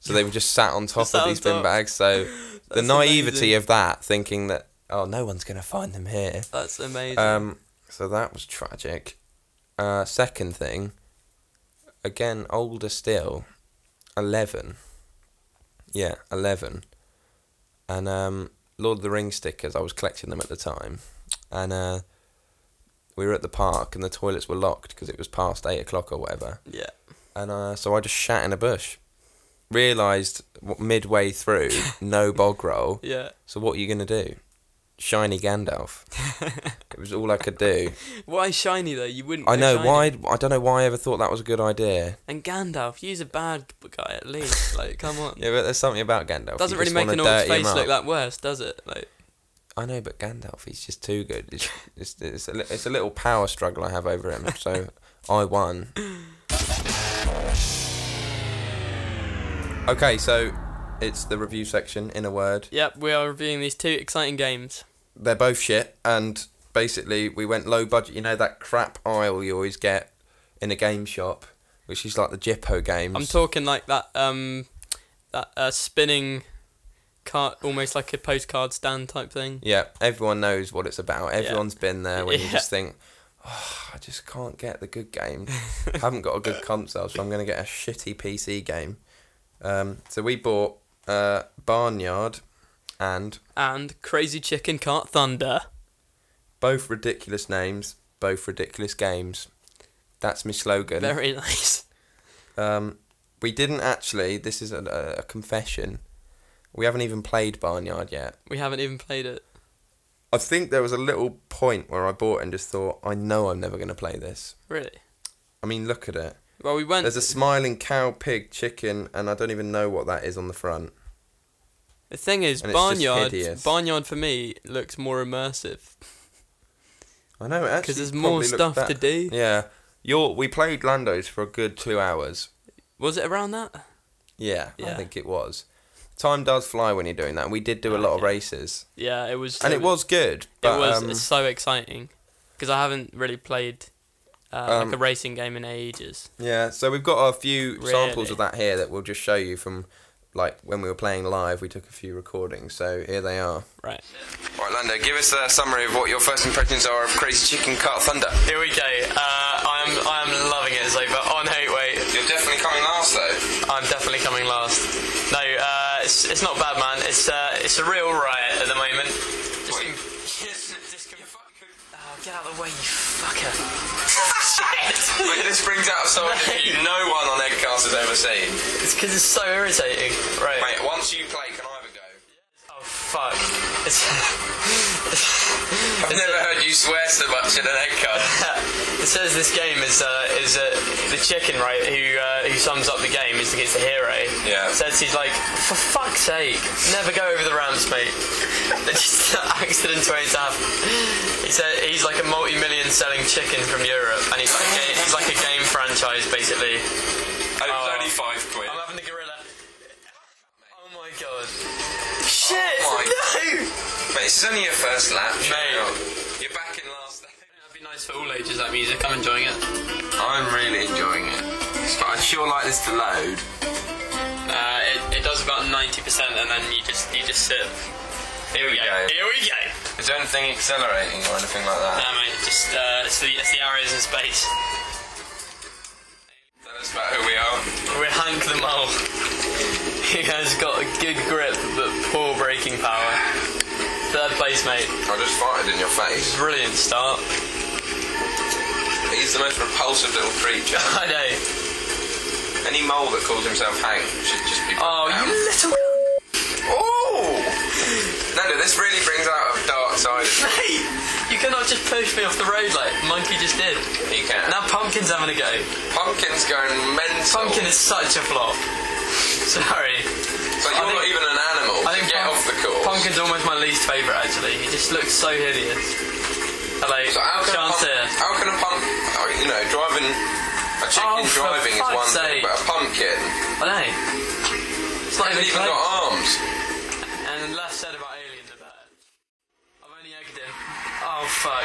[SPEAKER 4] So they were just sat on top
[SPEAKER 3] Sat
[SPEAKER 4] of
[SPEAKER 3] on
[SPEAKER 4] these bin
[SPEAKER 3] top.
[SPEAKER 4] bags. So the
[SPEAKER 3] That's
[SPEAKER 4] naivety
[SPEAKER 3] amazing.
[SPEAKER 4] of that, thinking that oh no one's gonna find them here.
[SPEAKER 3] That's amazing.
[SPEAKER 4] Um, so that was tragic. Uh, second thing, again older still, eleven. Yeah, eleven. And um, Lord of the Rings stickers. I was collecting them at the time, and uh, we were at the park, and the toilets were locked because it was past eight o'clock or whatever.
[SPEAKER 3] yeah.
[SPEAKER 4] And uh, so I just shat in a bush. Realised w- midway through, no bog roll.
[SPEAKER 3] Yeah.
[SPEAKER 4] So what are you gonna do? Shiny Gandalf. it was all I could do.
[SPEAKER 3] Why shiny though? You wouldn't.
[SPEAKER 4] I
[SPEAKER 3] go
[SPEAKER 4] know
[SPEAKER 3] shiny.
[SPEAKER 4] why. I don't know why I ever thought that was a good idea.
[SPEAKER 3] And Gandalf, use a bad guy at least. like, come on.
[SPEAKER 4] Yeah, but there's something about Gandalf.
[SPEAKER 3] Doesn't
[SPEAKER 4] You
[SPEAKER 3] really
[SPEAKER 4] just
[SPEAKER 3] make
[SPEAKER 4] wanna
[SPEAKER 3] an orc's
[SPEAKER 4] dirty him
[SPEAKER 3] face look
[SPEAKER 4] up.
[SPEAKER 3] that worse, does it? Like,
[SPEAKER 4] I know, but Gandalf, he's just too good. It's it's, it's, a, li- it's a little power struggle I have over him. So I won. Okay, so it's the review section. In a word,
[SPEAKER 3] yep, we are reviewing these two exciting games.
[SPEAKER 4] they're both shit, and basically we went low budget. You know that crap aisle you always get in a game shop, which is like the Jippo games.
[SPEAKER 3] I'm talking like that, um, that uh, spinning card, almost like a postcard stand type thing.
[SPEAKER 4] Yeah, everyone knows what it's about. Everyone's been there when you
[SPEAKER 3] Yeah.
[SPEAKER 4] just think, oh, I just can't get the good game. haven't got a good console, so I'm going to get a shitty PC game. Um, so we bought uh, Barnyard and
[SPEAKER 3] And Crazy Chicken Cart Thunder.
[SPEAKER 4] both ridiculous names, both ridiculous games. That's my slogan.
[SPEAKER 3] Very nice.
[SPEAKER 4] Um, we didn't actually, this is a, a confession, we haven't even played Barnyard yet.
[SPEAKER 3] We haven't even played it.
[SPEAKER 4] I think there was a little point where I bought it and just thought, I know I'm never going to play this.
[SPEAKER 3] Really?
[SPEAKER 4] I mean, look at it.
[SPEAKER 3] Well, we went.
[SPEAKER 4] There's a smiling cow, pig, chicken, and I don't even know what that is on the front.
[SPEAKER 3] The thing is,
[SPEAKER 4] And it's just
[SPEAKER 3] barnyard
[SPEAKER 4] hideous.
[SPEAKER 3] barnyard for me looks more immersive
[SPEAKER 4] I know it actually.
[SPEAKER 3] because there's more
[SPEAKER 4] probably looks
[SPEAKER 3] stuff to
[SPEAKER 4] better.
[SPEAKER 3] do.
[SPEAKER 4] Yeah, your we played Lando's for a good two hours.
[SPEAKER 3] Was it around that?
[SPEAKER 4] Yeah, I
[SPEAKER 3] Yeah.
[SPEAKER 4] think it was. Time does fly when you're doing that. And we did do a lot of races,
[SPEAKER 3] Yeah, it was. um,
[SPEAKER 4] and it was good.
[SPEAKER 3] Oh, It
[SPEAKER 4] But,
[SPEAKER 3] was
[SPEAKER 4] um,
[SPEAKER 3] so exciting because I haven't really played uh,
[SPEAKER 4] Um,
[SPEAKER 3] like a racing game in ages.
[SPEAKER 4] Yeah, so we've got a few samples
[SPEAKER 3] Really?
[SPEAKER 4] of that here that we'll just show you from like when we were playing live. We took a few recordings, so here they are.
[SPEAKER 3] Right.
[SPEAKER 4] Right, Lando, give us a summary of what your first impressions are of Crazy Chicken Cart Thunder.
[SPEAKER 3] Here we go. Uh, I'm I'm loving it so far. On hate wait,
[SPEAKER 4] You're definitely coming last though.
[SPEAKER 3] I'm definitely coming last. No, uh, it's it's not bad, man. It's uh, it's a real riot at the moment. Just
[SPEAKER 4] Wait.
[SPEAKER 3] just com- oh, get out of the way, you fucker! Shit!
[SPEAKER 4] this brings out someone you no one on Edcast has ever seen.
[SPEAKER 3] It's because it's so irritating. Right.
[SPEAKER 4] once you play, can I have a go?
[SPEAKER 3] Oh fuck. It's,
[SPEAKER 4] I've never heard you swear so much in an Edcast.
[SPEAKER 3] it says this game is uh, is uh, the chicken right who uh, who sums up the game is the, is the hero.
[SPEAKER 4] Yeah.
[SPEAKER 3] Says he's like, for fuck's sake, never go over the ramps, mate. They're just accidents waiting to happen. He said he's like a multi-million selling chicken from Europe, and he's like a, he's like a game franchise basically.
[SPEAKER 4] It
[SPEAKER 3] was only
[SPEAKER 4] five quid.
[SPEAKER 3] I'm having the gorilla. Oh my god. Shit!
[SPEAKER 4] Oh my-
[SPEAKER 3] no.
[SPEAKER 4] But it's only your first lap.
[SPEAKER 3] Mate.
[SPEAKER 4] You're back in last.
[SPEAKER 3] That'd be nice for all ages. That music. I'm enjoying it.
[SPEAKER 4] I'm really enjoying it. But I'd sure like this to load.
[SPEAKER 3] Uh, it, it does about ninety percent, and then you just you just sit.
[SPEAKER 4] Here we go.
[SPEAKER 3] Here we go.
[SPEAKER 4] Is there anything accelerating or anything like that?
[SPEAKER 3] Nah, mate, just uh, it's the it's the arrows in space.
[SPEAKER 4] Tell us about who we are.
[SPEAKER 3] We're Hank the Mole. he has got a good grip but poor braking power. Third place, mate.
[SPEAKER 4] I just farted in your face.
[SPEAKER 3] Brilliant start.
[SPEAKER 4] He's the most repulsive little creature.
[SPEAKER 3] I know.
[SPEAKER 4] Any mole that calls himself Hank should just be.
[SPEAKER 3] Oh,
[SPEAKER 4] put down.
[SPEAKER 3] you little.
[SPEAKER 4] Ooh! No, no, this really brings out a dark side of
[SPEAKER 3] Mate, you cannot just push me off the road like Monkey just did.
[SPEAKER 4] me. You can.
[SPEAKER 3] Now Pumpkin's having a go.
[SPEAKER 4] Pumpkin's going mental.
[SPEAKER 3] Pumpkin is such a flop. Sorry.
[SPEAKER 4] So you're
[SPEAKER 3] I think-
[SPEAKER 4] not even an animal.
[SPEAKER 3] I think
[SPEAKER 4] get
[SPEAKER 3] Pump-
[SPEAKER 4] off the course.
[SPEAKER 3] Pumpkin's almost my least favourite actually. He just looks so hideous. Hello,
[SPEAKER 4] So how can
[SPEAKER 3] Sean's
[SPEAKER 4] a pump,
[SPEAKER 3] here.
[SPEAKER 4] How can a pump? Oh, you know, driving a chicken
[SPEAKER 3] Oh, for
[SPEAKER 4] driving is one
[SPEAKER 3] fuck's
[SPEAKER 4] thing,
[SPEAKER 3] sake.
[SPEAKER 4] but a pumpkin
[SPEAKER 3] I know. It's not even
[SPEAKER 4] hasn't
[SPEAKER 3] close.
[SPEAKER 4] even got arms.
[SPEAKER 3] And less said about Alien the better. I've only egged him. Oh fuck.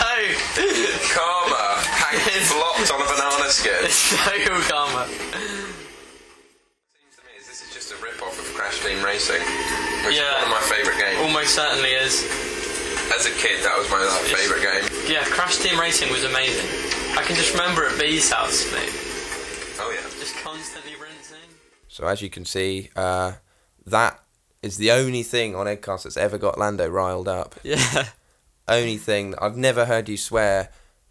[SPEAKER 3] no!
[SPEAKER 4] Karma hangs flopped on a banana skin.
[SPEAKER 3] it's so karma.
[SPEAKER 4] Seems to me is This is just a rip-off of Crash Team Racing, which
[SPEAKER 3] Yeah.
[SPEAKER 4] is one of my favourite games.
[SPEAKER 3] Almost certainly is.
[SPEAKER 4] As a kid, that was my like,
[SPEAKER 3] It's-
[SPEAKER 4] favourite game.
[SPEAKER 3] Yeah, Crash Team Racing was amazing. I can just remember at B's house, mate.
[SPEAKER 4] Oh yeah.
[SPEAKER 3] Just constantly rinsing.
[SPEAKER 4] So as you can see, uh, that is the only thing on Edcast that's ever got Lando riled up.
[SPEAKER 3] Yeah.
[SPEAKER 4] Only thing I've never heard you swear.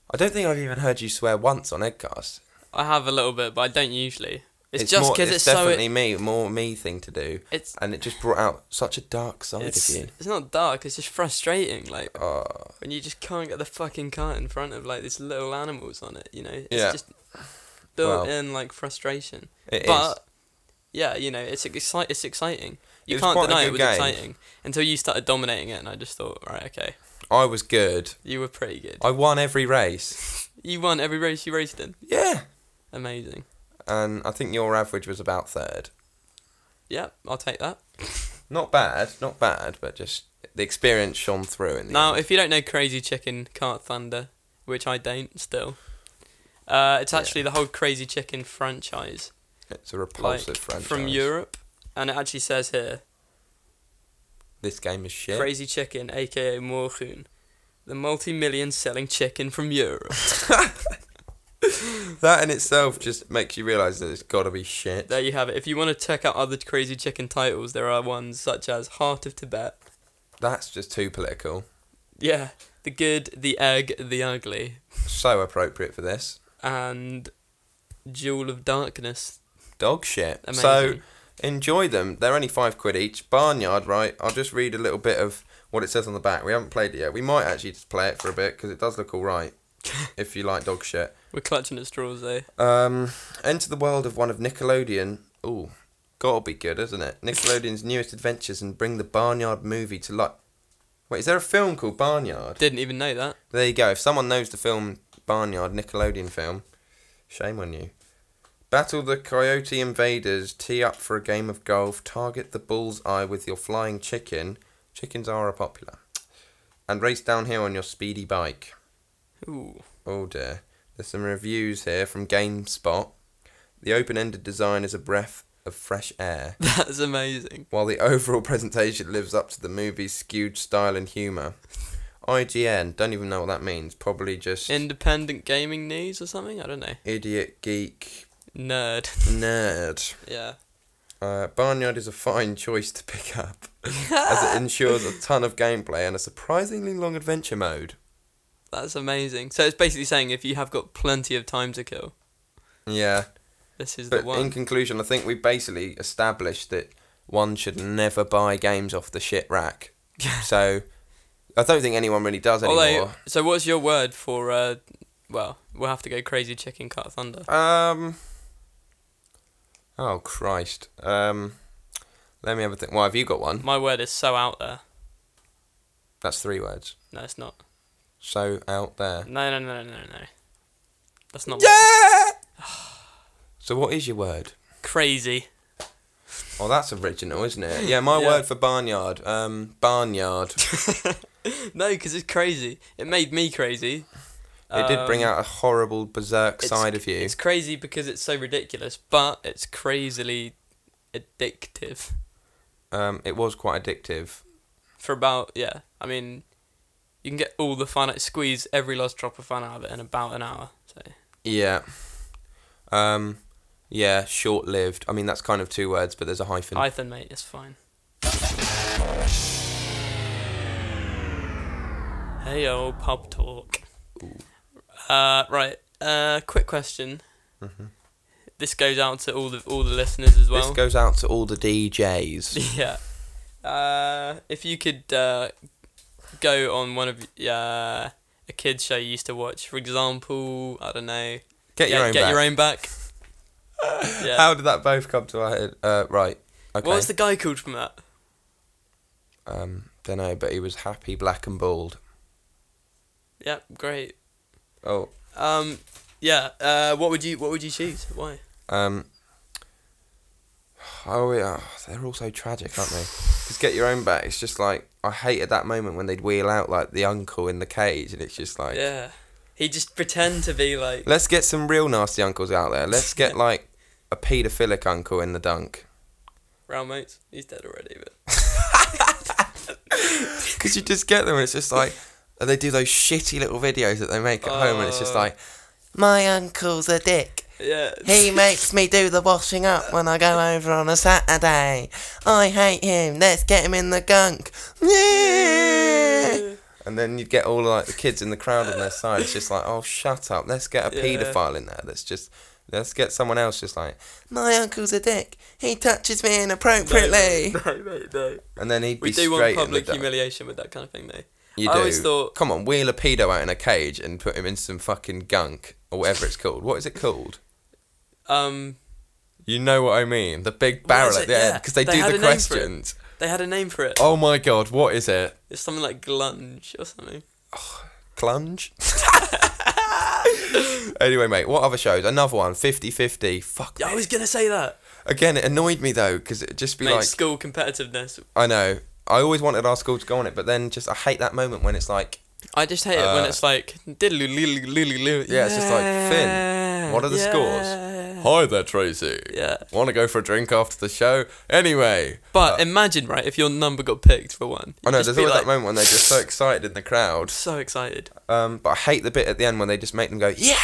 [SPEAKER 4] I don't think I've even heard you swear once on Edcast.
[SPEAKER 3] I have a little bit, but I don't usually. It's,
[SPEAKER 4] more-
[SPEAKER 3] just 'cause just because it's, so.
[SPEAKER 4] definitely me, more me thing to do.
[SPEAKER 3] It's-
[SPEAKER 4] and it just brought out such a dark side
[SPEAKER 3] it's,
[SPEAKER 4] of you.
[SPEAKER 3] it's not dark. It's just frustrating. Like
[SPEAKER 4] Oh,
[SPEAKER 3] when you just can't get the fucking cart in front of like these little animals on it. You know, it's
[SPEAKER 4] Yeah.
[SPEAKER 3] just built
[SPEAKER 4] Well,
[SPEAKER 3] in like frustration.
[SPEAKER 4] it is.
[SPEAKER 3] but yeah, you know, it's exci- It's exciting. You
[SPEAKER 4] It was
[SPEAKER 3] can't
[SPEAKER 4] quite a
[SPEAKER 3] deny
[SPEAKER 4] good
[SPEAKER 3] it was
[SPEAKER 4] game.
[SPEAKER 3] exciting until you started dominating it, and I just thought, right, okay,
[SPEAKER 4] I was good.
[SPEAKER 3] you were pretty good.
[SPEAKER 4] I won every race.
[SPEAKER 3] You won every race you raced in.
[SPEAKER 4] Yeah,
[SPEAKER 3] Amazing.
[SPEAKER 4] and I think your average was about third.
[SPEAKER 3] Yeah, I'll take that.
[SPEAKER 4] Not bad, not bad, but just the experience shone through in the
[SPEAKER 3] Now,
[SPEAKER 4] end.
[SPEAKER 3] if you don't know Crazy Chicken Cart Thunder, which I don't still, uh, it's actually the whole Crazy Chicken franchise,
[SPEAKER 4] It's a
[SPEAKER 3] like
[SPEAKER 4] repulsive franchise.
[SPEAKER 3] from Europe, and it actually says here
[SPEAKER 4] This game is shit.
[SPEAKER 3] Crazy Chicken, aka Morgun, the multi-million selling chicken from Europe.
[SPEAKER 4] That in itself just makes you realise that it's got to be shit.
[SPEAKER 3] there you have it. If you want to check out other Crazy Chicken titles, there are ones such as Heart of Tibet.
[SPEAKER 4] That's just too political.
[SPEAKER 3] Yeah, the good, the egg, the ugly,
[SPEAKER 4] So appropriate for this.
[SPEAKER 3] and Jewel of Darkness.
[SPEAKER 4] Dog shit. So
[SPEAKER 3] Amazing.
[SPEAKER 4] enjoy them. They're only five quid each. Barnyard, right? I'll just read a little bit of what it says on the back. We haven't played it yet. We might actually just play it for a bit because it does look all right. if you like dog shit.
[SPEAKER 3] eh? We're clutching at straws there.
[SPEAKER 4] Um, enter the world of one of Nickelodeon. Ooh, Got to be good, isn't it? Nickelodeon's newest adventures and bring the Barnyard movie to life. Wait, is there a film called Barnyard?
[SPEAKER 3] Didn't even know that.
[SPEAKER 4] There you go. If someone knows the film Barnyard, Nickelodeon film, shame on you. Battle the coyote invaders, tee up for a game of golf, target the bull's eye with your flying chicken. Chickens are popular. And race downhill on your speedy bike.
[SPEAKER 3] Ooh.
[SPEAKER 4] Oh dear. There's some reviews here from GameSpot. The open ended design is a breath of fresh air,
[SPEAKER 3] That's amazing.
[SPEAKER 4] while the overall presentation lives up to the movie's skewed style and humour. IGN, don't even know what that means. Probably just
[SPEAKER 3] Independent gaming news or something? I don't know.
[SPEAKER 4] idiot, geek,
[SPEAKER 3] Nerd.
[SPEAKER 4] nerd.
[SPEAKER 3] yeah.
[SPEAKER 4] Uh, Barnyard is a fine choice to pick up, as it ensures a ton of gameplay and a surprisingly long adventure mode.
[SPEAKER 3] That's amazing. So it's basically saying if you have got plenty of time to kill,
[SPEAKER 4] Yeah.
[SPEAKER 3] this is
[SPEAKER 4] But
[SPEAKER 3] the one.
[SPEAKER 4] in conclusion, I think we basically established that one should never buy games off the shit rack. so I don't think anyone really does
[SPEAKER 3] Although,
[SPEAKER 4] anymore.
[SPEAKER 3] so what's your word for, uh, well, we'll have to go crazy chicken cut thunder.
[SPEAKER 4] um. Oh Christ. Um. Let me have a think. Well, have you got one?
[SPEAKER 3] My word is so out there.
[SPEAKER 4] That's three words.
[SPEAKER 3] No, it's not.
[SPEAKER 4] So out there.
[SPEAKER 3] No, no, no, no, no, no. That's not
[SPEAKER 4] Yeah. so what is your word?
[SPEAKER 3] crazy.
[SPEAKER 4] Oh, that's original, isn't it? Yeah, my
[SPEAKER 3] Yeah.
[SPEAKER 4] word for barnyard. Um, barnyard.
[SPEAKER 3] No, because it's crazy. It made me crazy.
[SPEAKER 4] It did bring out a horrible berserk
[SPEAKER 3] Um, it's-
[SPEAKER 4] side of you.
[SPEAKER 3] It's crazy because it's so ridiculous, but it's crazily addictive.
[SPEAKER 4] Um, it was quite addictive.
[SPEAKER 3] For about yeah, I mean, you can get all the fun, out squeeze every last drop of fun out of it in about an hour. So
[SPEAKER 4] Yeah. Um, yeah, short lived. I mean, that's kind of two words, but there's a hyphen.
[SPEAKER 3] Python mate, it's fine. Hey old pub talk. Uh, right. Uh, quick question.
[SPEAKER 4] Mm-hmm.
[SPEAKER 3] This goes out to all the all the listeners as well.
[SPEAKER 4] This goes out to all the DJs.
[SPEAKER 3] Yeah. Uh, if you could uh, go on one of uh, a kids show you used to watch, for example, I don't know.
[SPEAKER 4] Get
[SPEAKER 3] yeah,
[SPEAKER 4] your own
[SPEAKER 3] get
[SPEAKER 4] back.
[SPEAKER 3] your own back. yeah.
[SPEAKER 4] How did that both come to our head? Uh, right. Okay.
[SPEAKER 3] What was the guy called from that?
[SPEAKER 4] Um, don't know, but he was happy, black and bald.
[SPEAKER 3] Yeah, great.
[SPEAKER 4] Oh,
[SPEAKER 3] Um, yeah. Uh, what would you What would you choose? Why?
[SPEAKER 4] um. Oh, yeah. They're all so tragic, aren't they? Because get your own back. It's just like I hated that moment when they'd wheel out like the uncle in the cage, and it's just like
[SPEAKER 3] Yeah. He just pretend to be like.
[SPEAKER 4] Let's get some real nasty uncles out there. Let's get like a paedophilic uncle in the dunk.
[SPEAKER 3] Round mates, he's dead already, but
[SPEAKER 4] Because you just get them, and it's just like and they do those shitty little videos that they make at home, and it's just
[SPEAKER 3] Oh.
[SPEAKER 4] like, my uncle's a dick.
[SPEAKER 3] yeah.
[SPEAKER 4] He makes me do the washing up when I go over on a Saturday. I hate him. Let's get him in the gunk. Yeah. And then you'd get all like the kids in the crowd on their side. It's just like, oh, shut up. Let's get a
[SPEAKER 3] Yeah.
[SPEAKER 4] paedophile in there. Let's just, let's get someone else. Just like, my uncle's a dick. He touches me inappropriately.
[SPEAKER 3] No, mate, no.
[SPEAKER 4] And then he'd be
[SPEAKER 3] We do want
[SPEAKER 4] straight in the
[SPEAKER 3] public
[SPEAKER 4] dark.
[SPEAKER 3] humiliation with that kind of thing, though.
[SPEAKER 4] You
[SPEAKER 3] I
[SPEAKER 4] do.
[SPEAKER 3] always thought-
[SPEAKER 4] Come on, wheel a pedo out in a cage and put him in some fucking gunk or whatever it's called. What is it called?
[SPEAKER 3] Um,
[SPEAKER 4] You know what I mean? The big
[SPEAKER 3] is
[SPEAKER 4] barrel at
[SPEAKER 3] it?
[SPEAKER 4] the end
[SPEAKER 3] Yeah.
[SPEAKER 4] because they,
[SPEAKER 3] They had
[SPEAKER 4] do
[SPEAKER 3] a
[SPEAKER 4] the
[SPEAKER 3] name for it.
[SPEAKER 4] questions.
[SPEAKER 3] they had a name for it.
[SPEAKER 4] Oh my god, what is it?
[SPEAKER 3] It's something like glunge or something.
[SPEAKER 4] Clunge? anyway, mate, what other shows? Another one, 50 50. Fuck.
[SPEAKER 3] Yeah, I was gonna say that.
[SPEAKER 4] Again, it annoyed me though because it'd just be
[SPEAKER 3] Mate,
[SPEAKER 4] like,
[SPEAKER 3] school competitiveness.
[SPEAKER 4] I know. I always wanted our school to go on it, but then just I hate that moment when it's like,
[SPEAKER 3] I just hate it when
[SPEAKER 4] Uh,
[SPEAKER 3] it's like diddly lily lily lily.
[SPEAKER 4] yeah, it's just like, Finn, what are the scores? Hi there, Tracy.
[SPEAKER 3] Yeah.
[SPEAKER 4] Want to go for a drink after the show? Anyway.
[SPEAKER 3] But imagine, right, if your number got picked for one.
[SPEAKER 4] Uh, I know,
[SPEAKER 3] You'd just
[SPEAKER 4] there's
[SPEAKER 3] be
[SPEAKER 4] always
[SPEAKER 3] like,
[SPEAKER 4] that moment when they're just so excited in the crowd.
[SPEAKER 3] So excited.
[SPEAKER 4] Um, but I hate the bit at the end when they just make them go, yeah!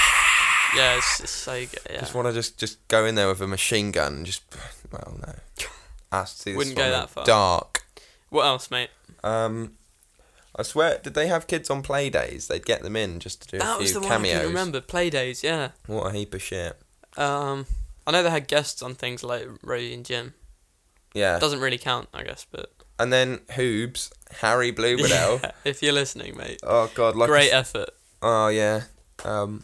[SPEAKER 3] Yeah, it's, it's so good. Yeah.
[SPEAKER 4] Just want to just just go in there with a machine gun and just well no. I see this
[SPEAKER 3] Wouldn't go
[SPEAKER 4] one
[SPEAKER 3] that far.
[SPEAKER 4] Dark.
[SPEAKER 3] What else, mate?
[SPEAKER 4] Um, I swear, did they have kids on play days? They'd get them in just to do
[SPEAKER 3] That
[SPEAKER 4] a
[SPEAKER 3] was
[SPEAKER 4] few
[SPEAKER 3] the one
[SPEAKER 4] cameos.
[SPEAKER 3] I can remember. Playdays, yeah.
[SPEAKER 4] What a heap of shit.
[SPEAKER 3] Um, I know they had guests on things like Rosie and Jim.
[SPEAKER 4] Yeah,
[SPEAKER 3] Doesn't really count, I guess, but
[SPEAKER 4] and then Hoobs, Harry Bluebell.
[SPEAKER 3] Yeah, if you're listening, mate,
[SPEAKER 4] Oh god, like
[SPEAKER 3] great uh, effort.
[SPEAKER 4] Oh yeah. Um,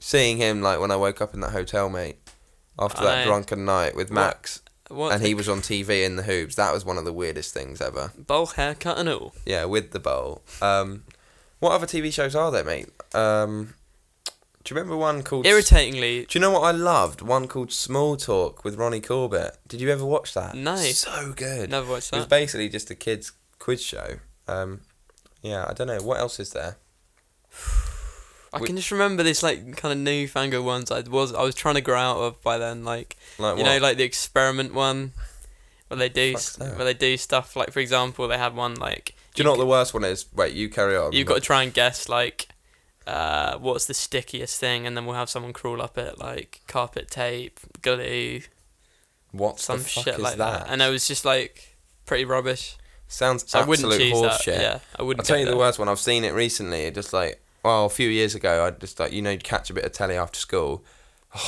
[SPEAKER 4] seeing him like when I woke up in that hotel, mate, after that
[SPEAKER 3] I-
[SPEAKER 4] drunken night with Max.
[SPEAKER 3] What?
[SPEAKER 4] and he was on TV in the hoops. That was one of the weirdest things ever.
[SPEAKER 3] bowl haircut and all.
[SPEAKER 4] Yeah, with the bowl. Um, what other TV shows are there, mate? Um, do you remember one called?
[SPEAKER 3] Irritatingly,
[SPEAKER 4] do you know what I loved? One called Small Talk with Ronnie Corbett. Did you ever watch that?
[SPEAKER 3] No.
[SPEAKER 4] So good.
[SPEAKER 3] never watched
[SPEAKER 4] It was
[SPEAKER 3] that.
[SPEAKER 4] basically just a kids' quiz show. Um, yeah, I don't know what else is there.
[SPEAKER 3] I
[SPEAKER 4] we-
[SPEAKER 3] can just remember this like kind of newfangled ones I was I was trying to grow out of by then. Like
[SPEAKER 4] Like
[SPEAKER 3] you
[SPEAKER 4] what?
[SPEAKER 3] know, like the experiment one, where they do
[SPEAKER 4] Fuck's that?
[SPEAKER 3] where they do stuff like for example they had one like
[SPEAKER 4] do you know what the worst one is? Wait, you carry on.
[SPEAKER 3] you've got to try and guess like uh, what's the stickiest thing, and then we'll have someone crawl up it like carpet tape, glue,
[SPEAKER 4] what
[SPEAKER 3] some
[SPEAKER 4] the fuck
[SPEAKER 3] shit
[SPEAKER 4] is
[SPEAKER 3] like
[SPEAKER 4] that?
[SPEAKER 3] that. And it was just like pretty rubbish.
[SPEAKER 4] Sounds
[SPEAKER 3] So I wouldn't
[SPEAKER 4] absolute
[SPEAKER 3] choose that.
[SPEAKER 4] horse shit.
[SPEAKER 3] Yeah, I
[SPEAKER 4] I'll
[SPEAKER 3] wouldn't.
[SPEAKER 4] tell
[SPEAKER 3] go
[SPEAKER 4] you the
[SPEAKER 3] there.
[SPEAKER 4] worst one. I've seen it recently. It Just like, well, a few years ago, I just like, you know, you'd catch a bit of telly after school.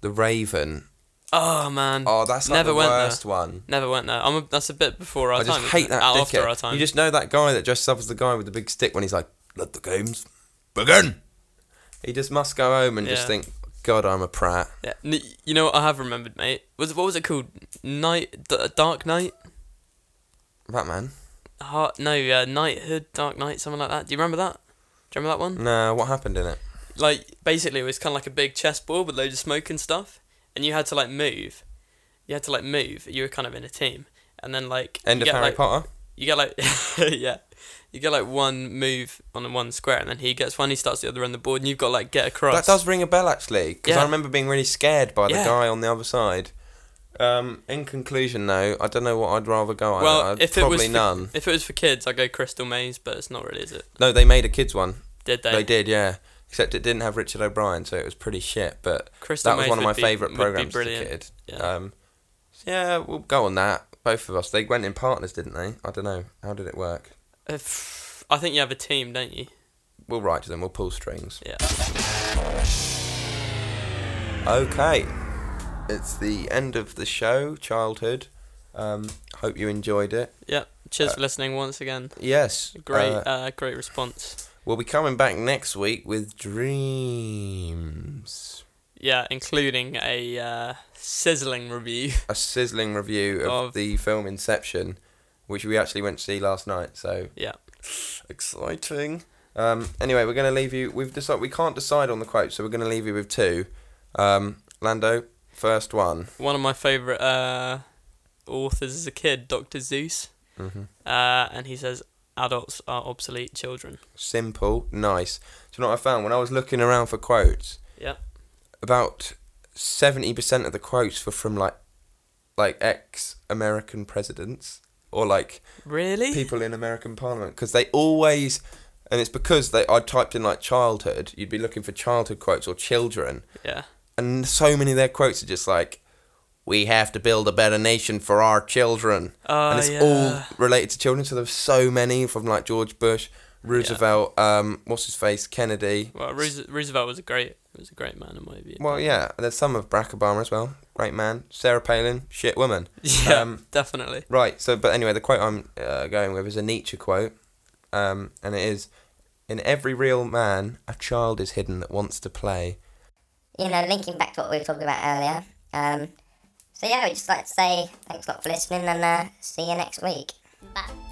[SPEAKER 4] the Raven.
[SPEAKER 3] Oh man.
[SPEAKER 4] Oh, that's like
[SPEAKER 3] Never
[SPEAKER 4] the
[SPEAKER 3] went there.
[SPEAKER 4] worst one.
[SPEAKER 3] Never went there. I'm a, that's a bit before our
[SPEAKER 4] I
[SPEAKER 3] time.
[SPEAKER 4] just
[SPEAKER 3] isn't
[SPEAKER 4] hate
[SPEAKER 3] it?
[SPEAKER 4] that
[SPEAKER 3] Uh,
[SPEAKER 4] dickhead.
[SPEAKER 3] After our time.
[SPEAKER 4] You just know that guy that dresses up as the guy with the big stick when he's like, let the games begin. He just must go home and just
[SPEAKER 3] Yeah.
[SPEAKER 4] think, God, I'm a prat.
[SPEAKER 3] yeah. N- You know what I have remembered, mate? Was what was it called? Night, D- Dark Night,
[SPEAKER 4] Batman.
[SPEAKER 3] Heart? No, yeah, Knighthood, Dark Night, something like that. Do you remember that? Do you remember that one?
[SPEAKER 4] Nah, what happened in it?
[SPEAKER 3] Like basically, it was kind of like a big chessboard with loads of smoke and stuff, and you had to like move. You had to like move. You were kind of in a team, and then like
[SPEAKER 4] End
[SPEAKER 3] you
[SPEAKER 4] of
[SPEAKER 3] get,
[SPEAKER 4] Harry
[SPEAKER 3] like,
[SPEAKER 4] Potter.
[SPEAKER 3] You get like yeah. You get like one move on one square, and then he gets one. He starts the other on the board, and you've got to, like get across.
[SPEAKER 4] That does ring a bell actually, because I
[SPEAKER 3] Yeah.
[SPEAKER 4] remember being really scared by the
[SPEAKER 3] Yeah.
[SPEAKER 4] guy on the other side. Um, in conclusion, though, I don't know what I'd rather go. at.
[SPEAKER 3] Well,
[SPEAKER 4] I'd
[SPEAKER 3] if it
[SPEAKER 4] uh, probably
[SPEAKER 3] was for,
[SPEAKER 4] none.
[SPEAKER 3] If it was for kids, I would go Crystal Maze, but it's not really, is it?
[SPEAKER 4] No, they made a kids one.
[SPEAKER 3] Did they?
[SPEAKER 4] They, did, yeah. Except it didn't have Richard O'Brien, so it was pretty shit. But
[SPEAKER 3] Crystal
[SPEAKER 4] that was
[SPEAKER 3] Maze
[SPEAKER 4] one of
[SPEAKER 3] would
[SPEAKER 4] my
[SPEAKER 3] be-
[SPEAKER 4] favourite
[SPEAKER 3] would be
[SPEAKER 4] programs as a
[SPEAKER 3] brilliant.
[SPEAKER 4] kid.
[SPEAKER 3] Yeah.
[SPEAKER 4] Um, so yeah, we'll go on that. Both of us. They went in partners, didn't they? I don't know. How did it work?
[SPEAKER 3] If, I think you have a team, don't you?
[SPEAKER 4] We'll write to them. We'll pull strings.
[SPEAKER 3] Yeah.
[SPEAKER 4] Okay. It's the end of the show, childhood. Um, hope you enjoyed it.
[SPEAKER 3] Yeah. Cheers
[SPEAKER 4] Uh,
[SPEAKER 3] for listening once again.
[SPEAKER 4] Yes.
[SPEAKER 3] Great,
[SPEAKER 4] uh,
[SPEAKER 3] uh, great response.
[SPEAKER 4] we'll be coming back next week with dreams.
[SPEAKER 3] Yeah, including a uh, sizzling review.
[SPEAKER 4] A sizzling review of,
[SPEAKER 3] Of-
[SPEAKER 4] the film Inception, which we actually went to see last night. So
[SPEAKER 3] Yeah.
[SPEAKER 4] exciting. Um, anyway, we're going to leave you. We've decided we can't decide on the quote, so we're going to leave you with two. Um, Lando, first one.
[SPEAKER 3] One of my favourite uh, authors as a kid, Dr. Zeus,
[SPEAKER 4] Mm-hmm.
[SPEAKER 3] uh, and he says, "Adults are obsolete children."
[SPEAKER 4] Simple, nice. Do you know what I found when I was looking around for quotes?
[SPEAKER 3] Yeah.
[SPEAKER 4] about seventy percent of the quotes were from like like ex American presidents or like
[SPEAKER 3] Really?
[SPEAKER 4] people in American Parliament because they always and it's because they I typed in like childhood you'd be looking for childhood quotes or children
[SPEAKER 3] yeah.
[SPEAKER 4] and so many of their quotes are just like we have to build a better nation for our children
[SPEAKER 3] Oh,
[SPEAKER 4] and it's
[SPEAKER 3] yeah.
[SPEAKER 4] all related to children so there's so many from like George Bush Roosevelt um what's his face Kennedy
[SPEAKER 3] Well, Roose- Roosevelt was a great was a great man in my view.
[SPEAKER 4] Well, yeah, there's some of Barack Obama as well. Great man. Sarah Palin, shit woman.
[SPEAKER 3] yeah,
[SPEAKER 4] um,
[SPEAKER 3] definitely.
[SPEAKER 4] Right, so, but anyway, the quote I'm uh, going with is a Nietzsche quote, um, and it is In every real man, a child is hidden that wants to play.
[SPEAKER 1] you know, linking back to what we were talking about earlier. Um, so yeah, we'd just like to say thanks a lot for listening and uh, see you next week.
[SPEAKER 2] Bye.